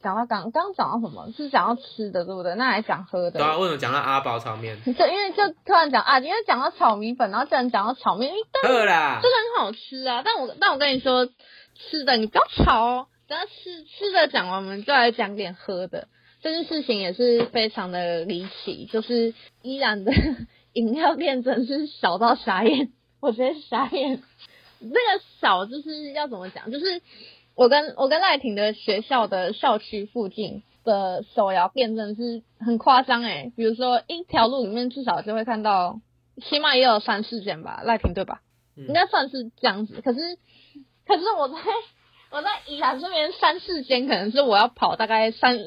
Speaker 1: 讲到刚刚讲到什么？是讲到吃的，对不对？那还讲喝的
Speaker 2: 对。啊，为什么讲到阿宝炒面？
Speaker 1: 就因为就突然讲啊，因为讲到炒米粉，然后突然讲到炒面，因为
Speaker 2: 饿啦
Speaker 1: 这，个很好吃啊。但我但我跟你说，吃的你不要吵哦，等下吃吃的讲完，我们就来讲点喝的。这件事情也是非常的离奇，就是依然的 饮料店真是小到傻眼， 我直接傻眼。那个小就是要怎么讲，就是我跟我跟赖婷的学校的校区附近的手摇店真的是很夸张诶，比如说一条路里面至少就会看到，起码也有三四间吧，赖婷对吧？
Speaker 2: 嗯
Speaker 1: 应该算是这样子。可是可是我在我在宜兰这边三四间，可能是我要跑大概三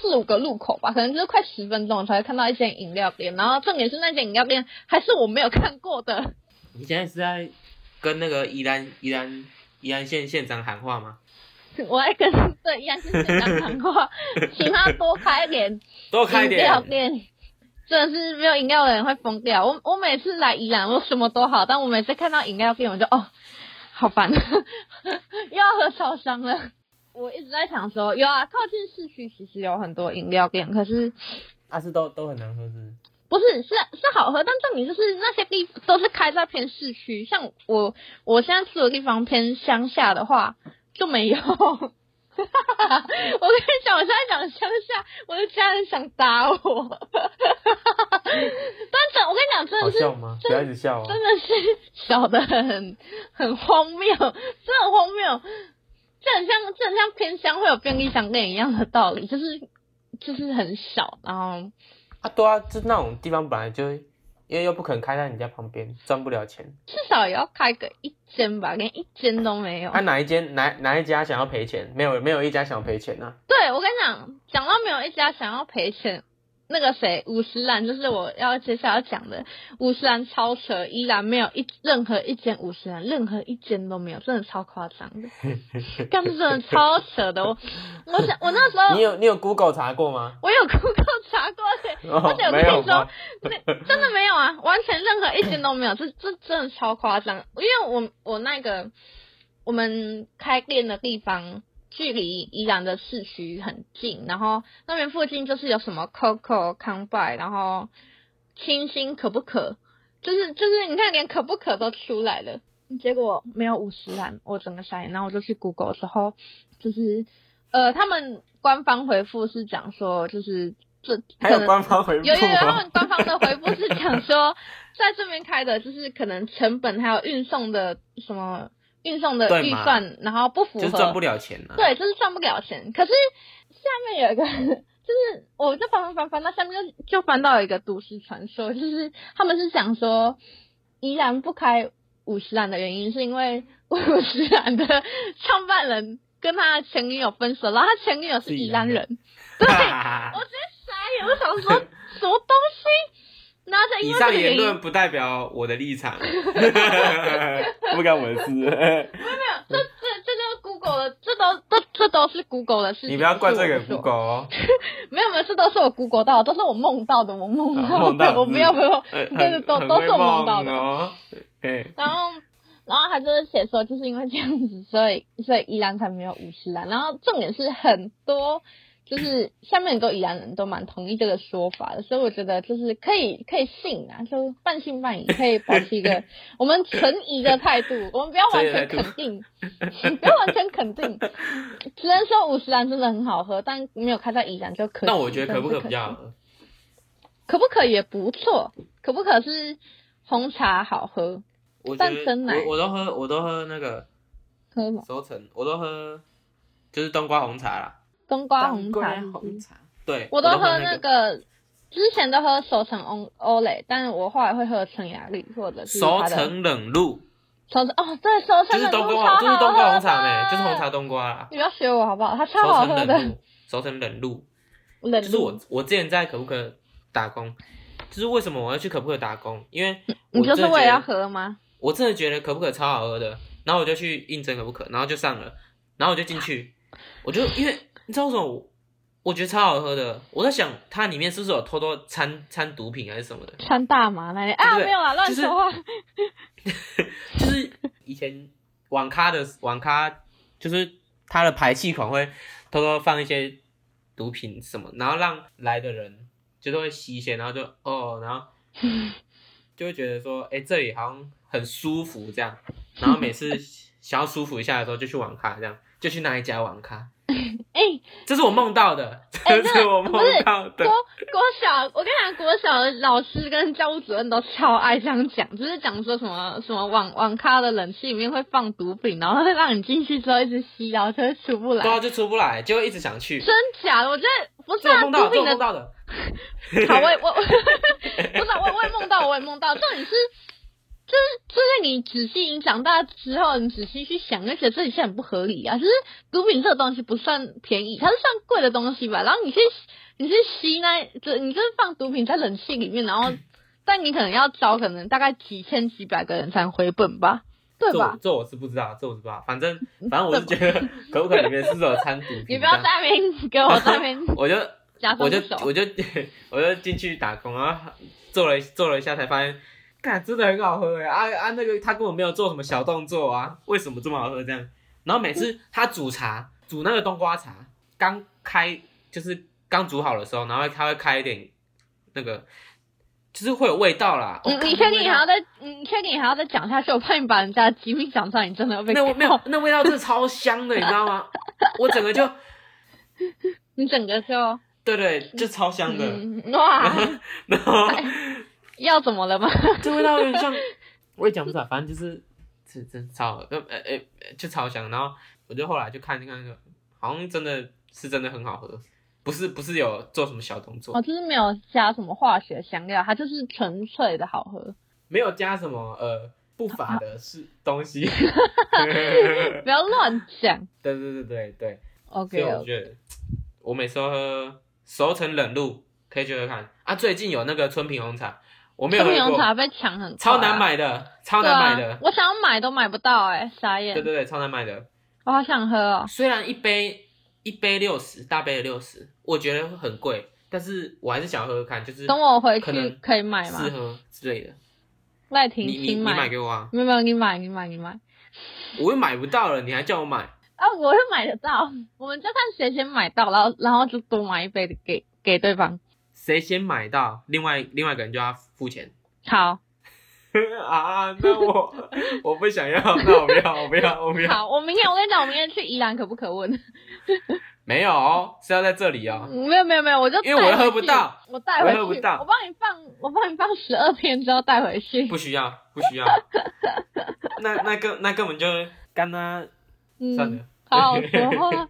Speaker 1: 四五个路口吧，可能就是快十分钟我才会看到一间饮料店。然后重点是那间饮料店还是我没有看过的，
Speaker 2: 你现在是在跟那个宜兰宜兰宜兰县县长喊话吗？
Speaker 1: 我在跟对一样是简单谈话，请他多开一点
Speaker 2: 多开一
Speaker 1: 饮料
Speaker 2: 点，
Speaker 1: 店。真的是没有饮料的人会疯掉。我我每次来宜兰，我什么都好，但我每次看到饮料店，我就哦，好烦， 又要喝超商了。我一直在想说，有啊，靠近市区其实有很多饮料店，可是
Speaker 2: 阿啊是都都很难喝是不是？
Speaker 1: 不是，是是好喝，但重点就是那些地都是开在偏市区，像我我现在住的地方偏乡下的话就没有。 我跟你讲，我现在讲乡下，我的家人想打我。但 真，我跟你讲，真
Speaker 2: 好
Speaker 1: 的是
Speaker 2: 笑吗？不要一直笑哦
Speaker 1: 真。的是小的很很荒谬，真的很荒谬。这很像，这很像偏乡会有便利商店一样的道理，就是就是很小，然后
Speaker 2: 啊，对啊，就那种地方本来就，因为又不可能开在你家旁边，赚不了钱。
Speaker 1: 至少也要开个一间吧，连一间都没有。
Speaker 2: 啊，哪一间哪哪一家想要赔钱？没有，没有一家想赔钱啊。
Speaker 1: 对我跟你讲，讲到没有一家想要赔钱，那个谁五十岚就是我要接下来要讲的五十岚超扯，依然没有一任何一间五十岚，任何一间都没有，真的超夸张 的，干这真的超扯的。我我想我那时
Speaker 2: 你
Speaker 1: 候
Speaker 2: 有你有 Google 查过吗？
Speaker 1: 我有 Google 查过的，
Speaker 2: 哦
Speaker 1: 且我跟
Speaker 2: 没有
Speaker 1: 你说
Speaker 2: 吗，
Speaker 1: 那 真的没有啊，完全任何一间都没有，这这真的超夸张。因为我我那个我们开店的地方距离宜兰的市区很近，然后那边附近就是有什么 Coco、康拜，然后清新可不可，就是就是你看连可不可都出来了。结果没有五十岚，我整个傻眼。然后我就去 Google 之后，就是呃，他们官方回复是讲说，就是这
Speaker 2: 还
Speaker 1: 可
Speaker 2: 有
Speaker 1: 能
Speaker 2: 官 方回复
Speaker 1: 有有有，他
Speaker 2: 吗
Speaker 1: 们？官方的回复是讲说， 在这边开的就是可能成本还有运送的什么运送的
Speaker 2: 对
Speaker 1: 预
Speaker 2: 嘛
Speaker 1: 算，然后不符
Speaker 2: 就
Speaker 1: 合，
Speaker 2: 是赚不了钱啊。
Speaker 1: 对，就是赚不了钱。可是下面有一个 就是我就翻翻翻翻到下面就就翻到一个都市传说，就是他们是想说依然不开五十岚的原因是因为五十岚的创办人跟他的前女友分手，然后他前女友是宜兰人， 对，我直接傻眼，我想说什么东西，然后再因为
Speaker 2: 以
Speaker 1: 这
Speaker 2: 上
Speaker 1: 个原
Speaker 2: 言
Speaker 1: 因，
Speaker 2: 论不代表我的立场， 不干我的事。
Speaker 1: 这这这就是 Google 的，这都这这都是 Google 的事情，
Speaker 2: 你不要怪
Speaker 1: 是
Speaker 2: 罪
Speaker 1: 我
Speaker 2: 给
Speaker 1: 做
Speaker 2: Google 哦。
Speaker 1: 没有没有，这都是我 Google 到的，都是我梦到的，我梦
Speaker 2: 啊梦到
Speaker 1: 的，
Speaker 2: 的
Speaker 1: 我没有没有，
Speaker 2: 呃
Speaker 1: 对对都
Speaker 2: 很
Speaker 1: 都是我
Speaker 2: 会
Speaker 1: 梦到的
Speaker 2: 哦。哎，
Speaker 1: 然后，然后他就是写说，就是因为这样子，所以所以宜兰才没有五十兰。然后重点是很多，就是下面很多宜兰人都蛮同意这个说法的，所以我觉得就是可以可以信啊，就半信半疑，可以保持一 个我们存疑的态度，我们不要完全肯 定，不要完全肯定，只能说五十兰真的很好喝，但没有开在宜兰就可惜。
Speaker 2: 那我觉得可不
Speaker 1: 真的是
Speaker 2: 可比
Speaker 1: 惜
Speaker 2: 较好喝？
Speaker 1: 可不可也不错，可不可是红茶好喝，
Speaker 2: 我觉
Speaker 1: 但
Speaker 2: 得
Speaker 1: 真奶
Speaker 2: 我我都喝，我都喝那个
Speaker 1: 喝什么
Speaker 2: 熟成，我都喝就是冬瓜红茶啦。
Speaker 1: 冬瓜红茶是不是。
Speaker 2: 茶，对，
Speaker 1: 我
Speaker 2: 都
Speaker 1: 都喝
Speaker 2: 那
Speaker 1: 那。个，之前都喝熟成欧欧蕾，但是我后来会喝陈雅丽或者是
Speaker 2: 熟
Speaker 1: 它的
Speaker 2: 成冷露，
Speaker 1: 熟成哦，对，熟
Speaker 2: 就
Speaker 1: 成
Speaker 2: 是
Speaker 1: 的
Speaker 2: 冬
Speaker 1: 超
Speaker 2: 瓜，
Speaker 1: 好
Speaker 2: 就是冬瓜红茶
Speaker 1: 喝
Speaker 2: 没，
Speaker 1: 的
Speaker 2: 就是红茶。冬瓜 啦。
Speaker 1: 你不要学我好不好？它超好
Speaker 2: 熟
Speaker 1: 喝
Speaker 2: 成
Speaker 1: 的
Speaker 2: 冷，露，熟成冷露，
Speaker 1: 冷
Speaker 2: 就是我
Speaker 1: 露，
Speaker 2: 我之前在可不可打工，就是为什么我要去可不可打工？因为
Speaker 1: 你
Speaker 2: 我
Speaker 1: 就
Speaker 2: 真
Speaker 1: 是
Speaker 2: 的觉
Speaker 1: 为了
Speaker 2: 得
Speaker 1: 要喝吗？
Speaker 2: 我真的觉得可不可超好喝的，然后我就去应征可不可，然后就上了，然后我就进去，我就因为你知道为什么我我觉得超好喝的，我在想它里面是不是有偷偷掺掺毒品还是什么的，
Speaker 1: 穿大麻那里啊，
Speaker 2: 对
Speaker 1: 没有啦，乱
Speaker 2: 就是
Speaker 1: 说话。
Speaker 2: 就是以前网咖的网咖，就是它的排气孔会偷偷放一些毒品什么，然后让来的人就是会吸一些，然后就哦，然后就会觉得说，哎、这里好像很舒服这样，然后每次想要舒服一下的时候就去网咖这样，就去那一家网咖，
Speaker 1: 哎，
Speaker 2: 这是我梦到的，
Speaker 1: 哎
Speaker 2: 这是我梦到的
Speaker 1: 国。国小，我跟你讲，国小的老师跟教务主任都超爱这样讲，就是讲说什么什么网网咖的冷气里面会放毒品，然后会让你进去之后一直吸，然后就会出不来
Speaker 2: 对。啊，就出不来，就会一直想去。
Speaker 1: 真假的？我觉得不是
Speaker 2: 这我
Speaker 1: 啊，
Speaker 2: 梦到
Speaker 1: 毒
Speaker 2: 的，这
Speaker 1: 品
Speaker 2: 我
Speaker 1: 的
Speaker 2: 梦到的。
Speaker 1: 好，我也 我我不是啊我我也梦到，我也梦到，重点是。就是就是你仔细你长大之后，你仔细去想，就觉得这一切很不合理啊！就是毒品这个东西不算便宜，它是算贵的东西吧？然后你去你去吸那，就你就是放毒品在冷气里面，然后但你可能要招可能大概几千几百个人才能回本吧，对
Speaker 2: 这
Speaker 1: 吧
Speaker 2: 我？这我是不知道，这我是不知道。反 正反正我是觉得可不可里面是不是有掺毒品这样？
Speaker 1: 你不要在那边给我在那边
Speaker 2: 我 就
Speaker 1: 假装
Speaker 2: 我就
Speaker 1: 不熟
Speaker 2: 我就 我就进去打工，然后做了做了一下，才发现，干真的很好喝哎！啊啊，那个他根本没有做什么小动作啊，为什么这么好喝这样？然后每次他煮茶，煮那个冬瓜茶，刚开就是刚煮好的时候，然后他会开一点那个，就是会有味道啦。
Speaker 1: 你
Speaker 2: 哦
Speaker 1: 嗯你确定你还要
Speaker 2: 干
Speaker 1: 再你确定你还要再讲下去？我怕你把人家的机密讲出来，你真的会被
Speaker 2: 那味道那没有
Speaker 1: 告，
Speaker 2: 那味道真的超香的，你知道吗？我整个就
Speaker 1: 你整个就
Speaker 2: 对对，就超香的。
Speaker 1: 嗯哇，
Speaker 2: 然 后
Speaker 1: 要怎么了吗？
Speaker 2: 这味道有点像，我也讲不出来，反正就是是真超呃呃呃呃就超香。然后我就后来就看看那个，好像真的是真的很好喝，不是不是有做什么小动作，
Speaker 1: 哦，就是没有加什么化学香料，它就是纯粹的好喝。
Speaker 2: 没有加什么呃不法的是 东西。
Speaker 1: 不要乱讲。
Speaker 2: 对对对对对，所
Speaker 1: OK，
Speaker 2: 以我觉得我每次都喝熟成冷露可以去喝看啊。最近有那个春品红茶，我没有
Speaker 1: 春
Speaker 2: 喝
Speaker 1: 红茶
Speaker 2: 过，
Speaker 1: 被抢很、
Speaker 2: 超难，买的，超难买
Speaker 1: 对
Speaker 2: 的
Speaker 1: 啊。。我想要买都买不到哎、傻眼
Speaker 2: 对。对对，超难买的。
Speaker 1: 我好想喝哦。
Speaker 2: 虽然一杯一杯六十，大杯的六十，我觉得很贵，但是我还是想喝喝看，就是
Speaker 1: 等我回
Speaker 2: 可
Speaker 1: 去
Speaker 2: 能
Speaker 1: 可以买吗
Speaker 2: 试？喝之类的。
Speaker 1: 赖
Speaker 2: 你
Speaker 1: 婷
Speaker 2: 你你
Speaker 1: 请
Speaker 2: 买给我啊，
Speaker 1: 没有没有，你买你买你买
Speaker 2: 我又买不到了，你还叫我买？
Speaker 1: 啊！我会买得到，我们就看谁先买到，然后然后就多买一杯给给对方。
Speaker 2: 谁先买到，另外另外一个人就要付钱。
Speaker 1: 好，
Speaker 2: 啊，那我 我不想要，那我不要，我不要，我不要。
Speaker 1: 好，我明天我跟你讲，我明天去宜兰可不可问？
Speaker 2: 没有哦，是要在这里哦。
Speaker 1: 没有没有没有，我就
Speaker 2: 因为我
Speaker 1: 带回
Speaker 2: 喝不
Speaker 1: 去
Speaker 2: 到，
Speaker 1: 我带回去，
Speaker 2: 我喝不到
Speaker 1: 我帮你放，我帮你放十二天之后带回去。
Speaker 2: 不需要，不需要。 那那根那根本就干啦、
Speaker 1: 嗯，啊
Speaker 2: 算了。
Speaker 1: 好好说话，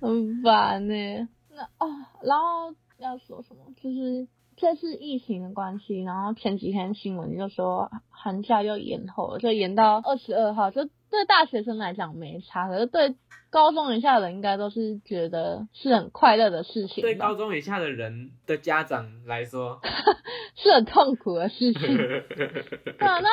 Speaker 1: 很烦呢、那哦，然后要说什么？就是这次疫情的关系，然后前几天新闻就说寒假又延后了，就延到二十二号。就对大学生来讲没差，可是对高中以下的人应该都是觉得是很快乐的事情
Speaker 2: 对
Speaker 1: 吧
Speaker 2: 高，中以下的人的家长来说，
Speaker 1: 是很痛苦的事情。 对啊，那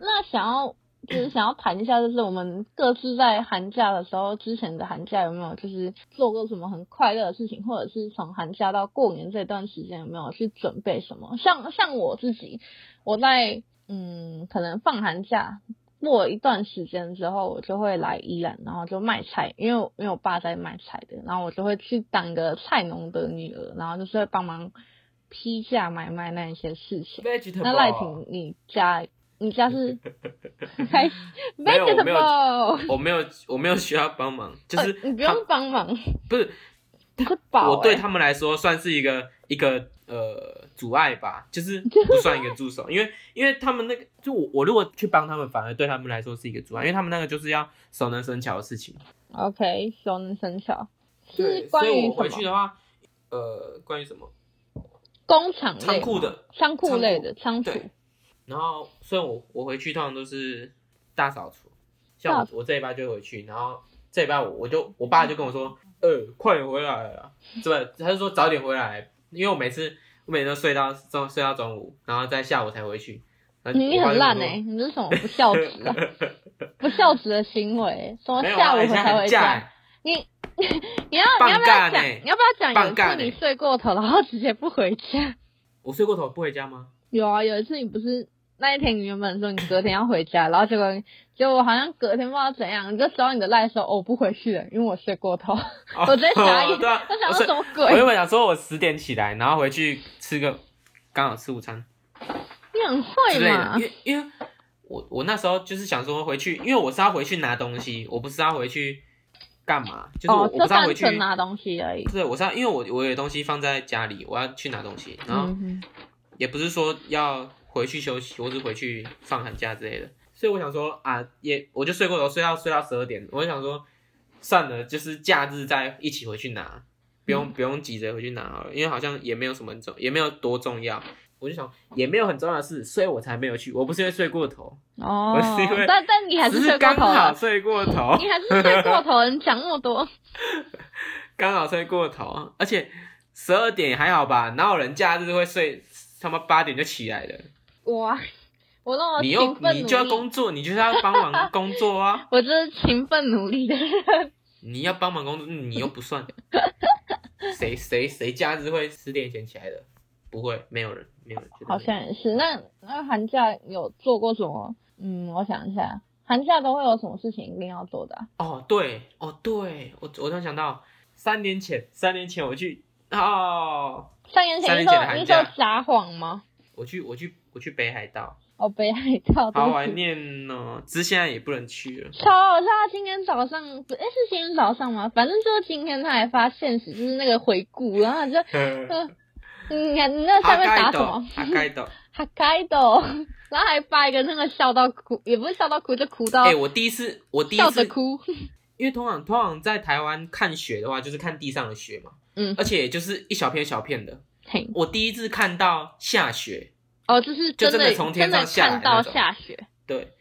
Speaker 1: 那想要就是想要谈一下，就是我们各自在寒假的时候，之前的寒假有没有就是做过什么很快乐的事情，或者是从寒假到过年这段时间有没有去准备什么？像像我自己，我在嗯，可能放寒假。过一段时间之后，我就会来宜兰，然后就卖菜，因为我因为我爸在卖菜的，然后我就会去当一个菜农的女儿，然后就是会帮忙批价买卖那一些事情。
Speaker 2: vegetable，
Speaker 1: 那赖婷，你家你家 是开始
Speaker 2: 没有我没有
Speaker 1: vegetable，
Speaker 2: 我没有我没有需要帮忙，就是
Speaker 1: 呃你不
Speaker 2: 他
Speaker 1: 用帮忙，
Speaker 2: 不是
Speaker 1: 你是宝、欸。
Speaker 2: 我对他们来说算是一个一个呃阻碍吧， 就是不算一个助手，因为因为他们那个就我我如果去帮他们，反而对他们来说是一个阻碍，因为他们那个就是要熟能生巧的事情。
Speaker 1: OK 熟能生巧，
Speaker 2: 对，
Speaker 1: 是
Speaker 2: 所
Speaker 1: 关
Speaker 2: 以
Speaker 1: 于
Speaker 2: 我回
Speaker 1: 什
Speaker 2: 去
Speaker 1: 么
Speaker 2: 的话，呃，关于什么
Speaker 1: 工厂类
Speaker 2: 仓库
Speaker 1: 吗
Speaker 2: 的，
Speaker 1: 仓库
Speaker 2: 仓
Speaker 1: 类
Speaker 2: 库
Speaker 1: 的仓储
Speaker 2: 对然后所以我我回去通常都是大扫除，像
Speaker 1: 大
Speaker 2: 我我这一班就回去，然后这一班我我就我爸就跟我说，呃，快点回来啊，是吧？他就说早点回来，因为我每次我每天都睡到中睡到中午，然后在下午才回去。然后
Speaker 1: 你
Speaker 2: 我爸
Speaker 1: 很
Speaker 2: 就跟我
Speaker 1: 烂
Speaker 2: 说
Speaker 1: 哎、你这是什么不孝子啊？不孝子的行为、什么
Speaker 2: 没有
Speaker 1: 下
Speaker 2: 啊，
Speaker 1: 午
Speaker 2: 人家
Speaker 1: 才
Speaker 2: 很
Speaker 1: 回
Speaker 2: 假
Speaker 1: 家？
Speaker 2: 欸，
Speaker 1: 你你要你
Speaker 2: 棒
Speaker 1: 要不要
Speaker 2: 干
Speaker 1: 讲？
Speaker 2: 欸
Speaker 1: 你要不要讲有
Speaker 2: 棒
Speaker 1: 一
Speaker 2: 干
Speaker 1: 次你
Speaker 2: 欸
Speaker 1: 睡过头，然后直接不回家？
Speaker 2: 我睡过头不回家吗？
Speaker 1: 有啊，有一次你不是那一天你原本说你隔天要回家，然后结果结果好像隔天不知道怎样，你就找你的赖说哦我不回去了，因为我睡过头。
Speaker 2: 哦
Speaker 1: 我直接傻眼
Speaker 2: 对啊，
Speaker 1: 我想到
Speaker 2: 我睡
Speaker 1: 什么
Speaker 2: 我原
Speaker 1: 鬼？
Speaker 2: 本想说我十点起来，然后回去吃个刚好吃午餐
Speaker 1: 你很
Speaker 2: 之
Speaker 1: 会
Speaker 2: 类
Speaker 1: 嘛
Speaker 2: 的，因？为因为我我那时候就是想说回去，因为我是要回去拿东西，我不是要回去干嘛，就是我、
Speaker 1: 哦，
Speaker 2: 我
Speaker 1: 就
Speaker 2: 不是要回
Speaker 1: 单
Speaker 2: 去，
Speaker 1: 纯拿东西而已。
Speaker 2: 对，我是要因为我我有东西放在家里，我要去拿东西，然后
Speaker 1: 嗯哼，
Speaker 2: 也不是说要回去休息，或是回去放寒假之类的。所以我想说啊，也我就睡过头，睡到睡到十二点，我就想说算了，就是假日再一起回去拿，
Speaker 1: 嗯
Speaker 2: 不用、不用急着回去拿好了，因为好像也没有什么很重，也没有多重要。我就想也没有很重要的事，所以我才没有去。我不是因为睡过头，
Speaker 1: 哦
Speaker 2: 我是因为，
Speaker 1: 但但你还
Speaker 2: 只
Speaker 1: 睡
Speaker 2: 是
Speaker 1: 过
Speaker 2: 刚
Speaker 1: 头
Speaker 2: 好
Speaker 1: 了，
Speaker 2: 睡过头，
Speaker 1: 你还是睡过头了，你讲那么多，
Speaker 2: 刚好睡过头，而且十二点还好吧？哪有人假日会睡他妈八点就起来的？
Speaker 1: 我啊我那么
Speaker 2: 你
Speaker 1: 勤
Speaker 2: 又
Speaker 1: 奋
Speaker 2: 你
Speaker 1: 努
Speaker 2: 就要
Speaker 1: 力，
Speaker 2: 工作，你就是要帮忙工作啊！
Speaker 1: 我就是勤奋努力的人。
Speaker 2: 你要帮忙工作，嗯你又不算。谁谁谁假日会十点前起来的？不会，没有人，没有人。
Speaker 1: 好像也是。那那寒假有做过什么？嗯，我想一下，寒假都会有什么事情一定要做的啊、
Speaker 2: 哦，对哦，对我我突然想到，三年前，三年前我去哦，
Speaker 1: 三年前
Speaker 2: 三
Speaker 1: 你
Speaker 2: 年
Speaker 1: 说
Speaker 2: 前的寒
Speaker 1: 你
Speaker 2: 假
Speaker 1: 说撒谎吗？
Speaker 2: 我去我去我去北海 道，
Speaker 1: 哦，北海道
Speaker 2: 好
Speaker 1: 对
Speaker 2: 怀
Speaker 1: 不起，
Speaker 2: 念哦，只是现在也不能去 了。
Speaker 1: 超好笑！他今天早上，哎、是今天早上吗？反正就是今天他还发现实，就是那个回顾，然后他就，嗯，你那
Speaker 2: 哈
Speaker 1: 下面打
Speaker 2: 盖
Speaker 1: 什
Speaker 2: 岛
Speaker 1: 么？，
Speaker 2: 哈盖 岛。
Speaker 1: 哈盖豆，然后还发一个那个笑到哭，也不是笑到哭，就哭到、
Speaker 2: 哎，我第一次，我第一
Speaker 1: 笑着
Speaker 2: 次
Speaker 1: 哭。
Speaker 2: 因为通常通常在台湾看雪的话，就是看地上的雪嘛，
Speaker 1: 嗯
Speaker 2: 而且就是一小片一小片的。
Speaker 1: 嘿，
Speaker 2: 我第一次看到下雪，
Speaker 1: 哦，就是
Speaker 2: 就
Speaker 1: 真
Speaker 2: 真的从天上下来
Speaker 1: 真的看
Speaker 2: 那
Speaker 1: 到
Speaker 2: 种
Speaker 1: 下雪，
Speaker 2: 对，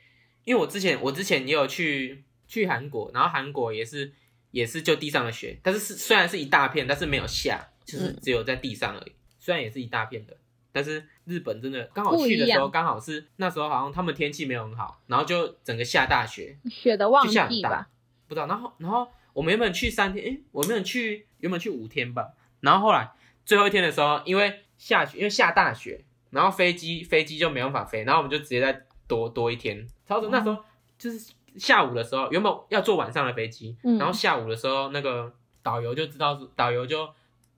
Speaker 2: 因为我之前我之前也有去去韩国，然后韩国也是也是就地上的雪，但是是虽然是一大片，但是没有下，就是
Speaker 1: 嗯
Speaker 2: 只有在地上而已。虽然也是一大片的，但是日本真的刚好
Speaker 1: 不一
Speaker 2: 去的时候
Speaker 1: 样
Speaker 2: 刚好是那时候好像他们天气没有很好，然后就整个下大雪，
Speaker 1: 雪的旺
Speaker 2: 就下很
Speaker 1: 季吧
Speaker 2: 大。，不知道。然后然后我们原本去三天，诶、我们原本去原本去五天吧，然后后来最后一天的时候，因为下雪，因为下大雪，然后飞机飞机就没办法飞，然后我们就直接再多多一天。超
Speaker 1: 哦
Speaker 2: 准，那时候就是下午的时候，原本要坐晚上的飞机，
Speaker 1: 嗯
Speaker 2: 然后下午的时候那个导游就知道，导游就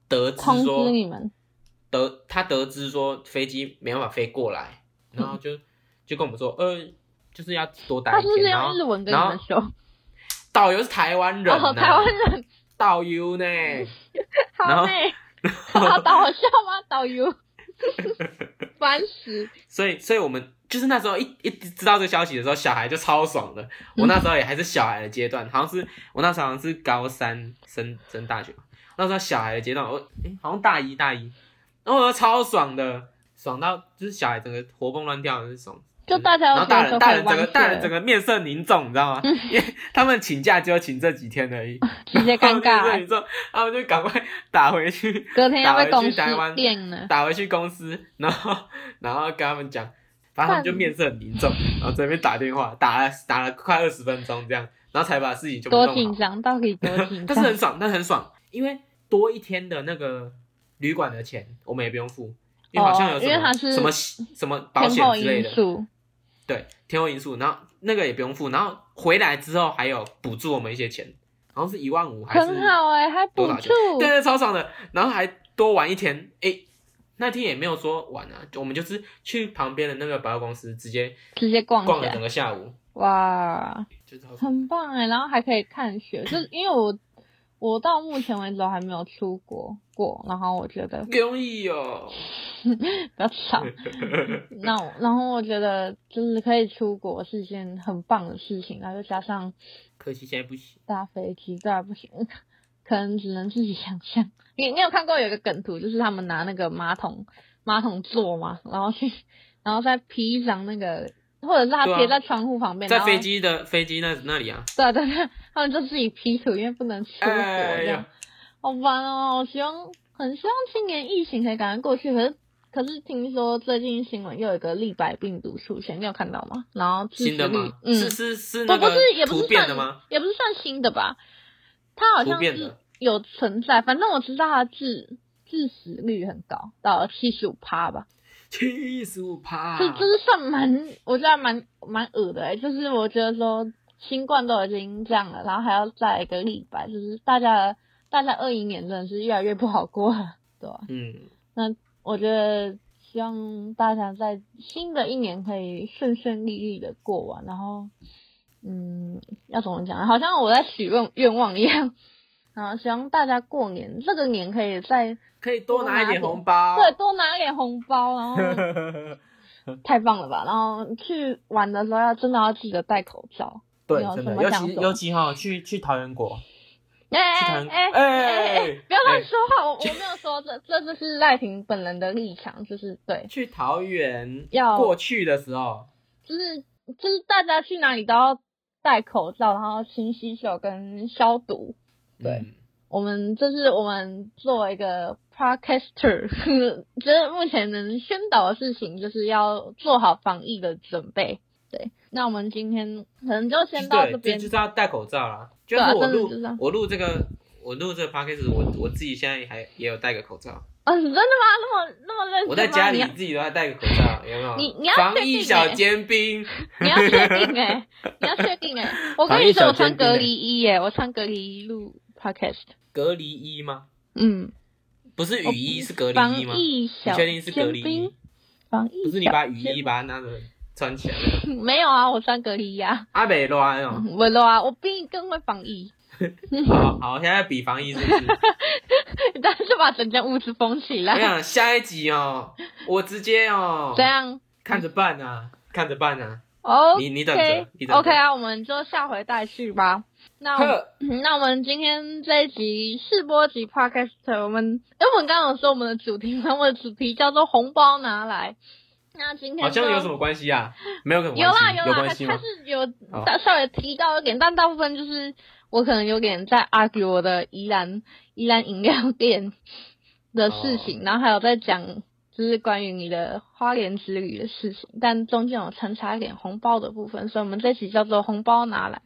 Speaker 2: 得知
Speaker 1: 通
Speaker 2: 说
Speaker 1: 知你们，
Speaker 2: 得他得知说飞机没办法飞过来，然后就就跟我们说，呃，就是要多待
Speaker 1: 他
Speaker 2: 一
Speaker 1: 是不
Speaker 2: 天，
Speaker 1: 是
Speaker 2: 然后
Speaker 1: 用日文跟你们说？
Speaker 2: 导游是台湾人、啊
Speaker 1: 哦，台湾人，
Speaker 2: 导游呢？
Speaker 1: 嗯
Speaker 2: 然
Speaker 1: 好
Speaker 2: 后
Speaker 1: 美， 好搞笑吗？导游， 烦死！
Speaker 2: 所以，所以我们就是那时候一一知道这个消息的时候，小孩就超爽
Speaker 1: 嗯
Speaker 2: 的。我那时候也还是小孩的阶段，好像是我那时候好像是高三升升大学吧，那时候小孩的阶段，我诶、好像大一大一，然后我超爽的，爽到就是小孩整个活蹦乱跳，很爽。
Speaker 1: 就大家
Speaker 2: 然
Speaker 1: 都
Speaker 2: 后大人大人整个大人整
Speaker 1: 个
Speaker 2: 个面色凝重，你知道吗？
Speaker 1: 嗯
Speaker 2: 因为他们请假只有请这几天而已，
Speaker 1: 直接 尴
Speaker 2: 然后
Speaker 1: 尬
Speaker 2: 面色， 凝重，他们就赶快打回去，
Speaker 1: 隔天要被
Speaker 2: 打回
Speaker 1: 公
Speaker 2: 去台湾
Speaker 1: 司电了。
Speaker 2: 打回去公司，然后 然后跟他们讲，反正他们就面色很凝重，
Speaker 1: 嗯
Speaker 2: 然后在那边打电话，打了打了快二十分钟这样，然后才把事情全部
Speaker 1: 多
Speaker 2: 弄好。
Speaker 1: 紧张，到底 多紧
Speaker 2: 但是
Speaker 1: 张？
Speaker 2: 很爽，但是很爽，因为多一天的那个旅馆的钱我们也不用付，因为好像有
Speaker 1: 哦
Speaker 2: 什
Speaker 1: 因为
Speaker 2: 么、
Speaker 1: 它是
Speaker 2: 什么什么保
Speaker 1: 天
Speaker 2: 险
Speaker 1: 后
Speaker 2: 之类
Speaker 1: 因
Speaker 2: 的，
Speaker 1: 素，
Speaker 2: 对，天后因素，然后那个也不用付，然后回来之后还有补助我们一些钱，好像是一万五还是
Speaker 1: 很好哎、还补
Speaker 2: 多少
Speaker 1: 助
Speaker 2: 钱，对对，超爽的，然后还多玩一天，诶，那天也没有说玩啊，我们就是去旁边的那个百货公司直接
Speaker 1: 直接逛
Speaker 2: 逛
Speaker 1: 起
Speaker 2: 了
Speaker 1: 来
Speaker 2: 整，个下午，
Speaker 1: 哇，
Speaker 2: 就是好爽
Speaker 1: 很棒哎、然后还可以看雪，就是因为我我到目前为止都还没有出国过，然后我觉得
Speaker 2: 不容易 哦。
Speaker 1: 比较少，那我然后我觉得就是可以出国是一件很棒的事情，然啊后又加上
Speaker 2: 可惜现在不行。
Speaker 1: 大飞机，对啊，不行，可能只能自己 想象。你你有看过有一个梗图，就是他们拿那个马桶马桶座嘛，然后去，然后再披一张那个，或者是他
Speaker 2: 对啊
Speaker 1: 贴在窗户旁边，
Speaker 2: 在
Speaker 1: 然后
Speaker 2: 飞，机的飞机那那里啊，
Speaker 1: 对啊对啊对啊，他们就自己 P 图，因为不能出国
Speaker 2: 哎
Speaker 1: 这样，
Speaker 2: 呀
Speaker 1: 好烦哦！我希望很希望今年疫情可以赶快过去，可是。可是听说最近新闻又有一个立白病毒出现，你有看到吗？然后致
Speaker 2: 新的
Speaker 1: 死率
Speaker 2: 吗？
Speaker 1: 嗯，
Speaker 2: 是是是
Speaker 1: 不
Speaker 2: 那
Speaker 1: 不
Speaker 2: 个
Speaker 1: 是也不
Speaker 2: 突
Speaker 1: 是
Speaker 2: 变
Speaker 1: 算
Speaker 2: 的吗？？
Speaker 1: 也不是算新的吧？它好
Speaker 2: 突
Speaker 1: 像
Speaker 2: 变
Speaker 1: 是
Speaker 2: 的
Speaker 1: 有存在，反正我知道它致致死率很高，到七十五趴吧。
Speaker 2: 七十五趴，
Speaker 1: 这这是算蛮，我觉得还蛮蛮恶的、欸、就是我觉得说新冠都已经这样了，然后还要再一个立白，就是大家大家二一年真的是越来越不好过了，对吧、
Speaker 2: 嗯，
Speaker 1: 我觉得希望大家在新的一年可以顺顺利利的过完，然后，嗯，要怎么讲？好像我在许愿愿望一样。然后希望大家过年这个年可以再
Speaker 2: 可以多拿一点
Speaker 1: 多拿
Speaker 2: 红包。
Speaker 1: 对多拿一点红包，然后太棒了吧！然后去玩的时候要真的要记得戴口罩。
Speaker 2: 对
Speaker 1: 有，
Speaker 2: 真
Speaker 1: 什
Speaker 2: 的，
Speaker 1: 么
Speaker 2: 尤
Speaker 1: 想
Speaker 2: 其
Speaker 1: 说
Speaker 2: 尤其哈，去去桃园国，
Speaker 1: 哎
Speaker 2: 去桃
Speaker 1: 哎
Speaker 2: 园
Speaker 1: 哎哎哎！
Speaker 2: 哎，
Speaker 1: 不要乱
Speaker 2: 哎
Speaker 1: 说话，我我没有说这 这就是赖婷本人的立场，就是对，
Speaker 2: 去桃园
Speaker 1: 要
Speaker 2: 过去的时候，
Speaker 1: 就是就是大家去哪里都要戴口罩，然后勤洗手跟消毒。对
Speaker 2: 嗯，
Speaker 1: 我们这是我们作为一个 podcaster，就是目前能宣导的事情，就是要做好防疫的准备。对，那我们今天可能就先到这
Speaker 2: 对，这
Speaker 1: 边
Speaker 2: 就。是要戴口罩啦。就
Speaker 1: 对啊
Speaker 2: 是我
Speaker 1: 真的
Speaker 2: 录
Speaker 1: 就是这样
Speaker 2: 我录这个我录这个 podcast，我我自己现在还也有戴个口罩，
Speaker 1: 嗯，真的吗？那么那么认真吗？
Speaker 2: 我在家里
Speaker 1: 你要
Speaker 2: 自己都要戴个口罩，有没有？
Speaker 1: 你你要
Speaker 2: 防
Speaker 1: 确
Speaker 2: 疫
Speaker 1: 定
Speaker 2: 小
Speaker 1: 欸
Speaker 2: 尖兵，
Speaker 1: 你要确定哎、你要确定哎、我跟
Speaker 2: 防
Speaker 1: 你
Speaker 2: 疫
Speaker 1: 说，
Speaker 2: 小
Speaker 1: 我穿
Speaker 2: 尖兵欸
Speaker 1: 隔离衣耶、我穿隔离衣录 podcast。
Speaker 2: 隔离衣吗？
Speaker 1: 嗯，
Speaker 2: 不是雨衣，是隔离
Speaker 1: 哦防
Speaker 2: 衣吗？
Speaker 1: 疫
Speaker 2: 你
Speaker 1: 小
Speaker 2: 确定是隔
Speaker 1: 尖
Speaker 2: 离
Speaker 1: 兵
Speaker 2: 衣？？
Speaker 1: 防疫
Speaker 2: 不是你
Speaker 1: 小
Speaker 2: 把雨
Speaker 1: 尖
Speaker 2: 衣把它拿着穿起来？
Speaker 1: 没有啊，我 穿隔离呀、
Speaker 2: 阿北乱哦，
Speaker 1: 我的啊，我比你更会防疫，
Speaker 2: 好好，现在比防疫是不是？
Speaker 1: 但是就把整间屋子封起
Speaker 2: 我
Speaker 1: 来，
Speaker 2: 想下一集哦，我直接哦
Speaker 1: 这，样
Speaker 2: 看着办啊，看着办啊。
Speaker 1: 啊 OK
Speaker 2: 你你等着你等着
Speaker 1: OK 啊，我们就下回待续吧。那我
Speaker 2: 呵，
Speaker 1: 们嗯那我们今天这一集试播集 Podcast，我们因为我们刚刚有说我们的主题嘛， 我们的主题叫做红包拿来。那今天
Speaker 2: 好像
Speaker 1: 就
Speaker 2: 有什么关系啊？没有什么
Speaker 1: 有
Speaker 2: 关
Speaker 1: 啦
Speaker 2: 系，
Speaker 1: 有
Speaker 2: 有
Speaker 1: 啦，
Speaker 2: 关
Speaker 1: 他
Speaker 2: 系
Speaker 1: 他
Speaker 2: 吗？
Speaker 1: 是有
Speaker 2: 哦
Speaker 1: 大稍微提到一点，但大部分就是我可能有点在 argue 我的宜兰宜兰饮料店的
Speaker 2: 哦
Speaker 1: 事情，然后还有在讲就是关于你的花莲之旅的事情，但中间有穿插一点红包的部分，所以我们这期叫做红包拿来。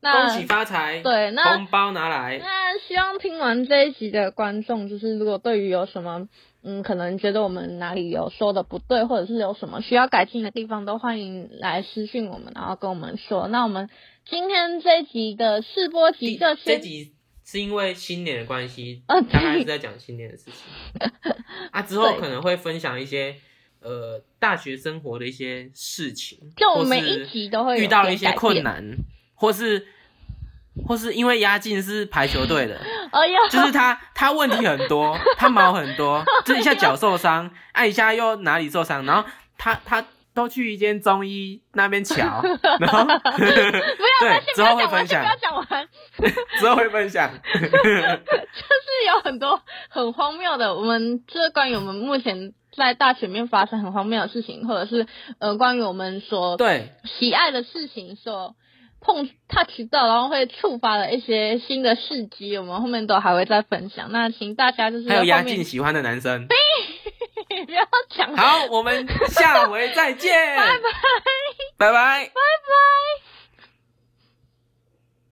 Speaker 2: 恭
Speaker 1: 那
Speaker 2: 喜发财，
Speaker 1: 对，那
Speaker 2: 红包拿来。
Speaker 1: 那希望听完这一集的观众，就是如果对于有什么，嗯，可能觉得我们哪里有说的不对，或者是有什么需要改进的地方，都欢迎来私信我们，然后跟我们说。那我们今天这一集的试播集
Speaker 2: 第
Speaker 1: 就
Speaker 2: 这
Speaker 1: 先，
Speaker 2: 集是因为新年的关系，
Speaker 1: 啊
Speaker 2: 大概是在讲新年的事情。 啊，之后
Speaker 1: 对
Speaker 2: 可能会分享一些呃大学生活的一些事情，
Speaker 1: 就我
Speaker 2: 或
Speaker 1: 们每
Speaker 2: 是
Speaker 1: 一集都会有
Speaker 2: 遇到了一
Speaker 1: 点
Speaker 2: 些
Speaker 1: 改
Speaker 2: 困
Speaker 1: 变。
Speaker 2: 难，或是或是因为押进是排球队的，
Speaker 1: 哎呀，
Speaker 2: 就是他他问题很多，他毛很多，这一下脚受伤，按一下又哪里受伤，然后他他都去一间中医那边瞧，然后对，之
Speaker 1: 不
Speaker 2: 后
Speaker 1: 要
Speaker 2: 会
Speaker 1: 讲完，先
Speaker 2: 分享
Speaker 1: 不要，讲完，
Speaker 2: 之后会分享，
Speaker 1: 就是有很多很荒谬的，我们就是关于我们目前在大学里面发生很荒谬的事情，或者是呃关于我们所
Speaker 2: 对
Speaker 1: 喜爱的事情所碰 touch 到，然后会触发了一些新的事迹，我们后面都还会再分享。那请大家就是
Speaker 2: 还有
Speaker 1: 后
Speaker 2: 压
Speaker 1: 面
Speaker 2: 进喜欢的男生。
Speaker 1: 不要讲了
Speaker 2: 好，我们下回再见，拜拜，拜拜。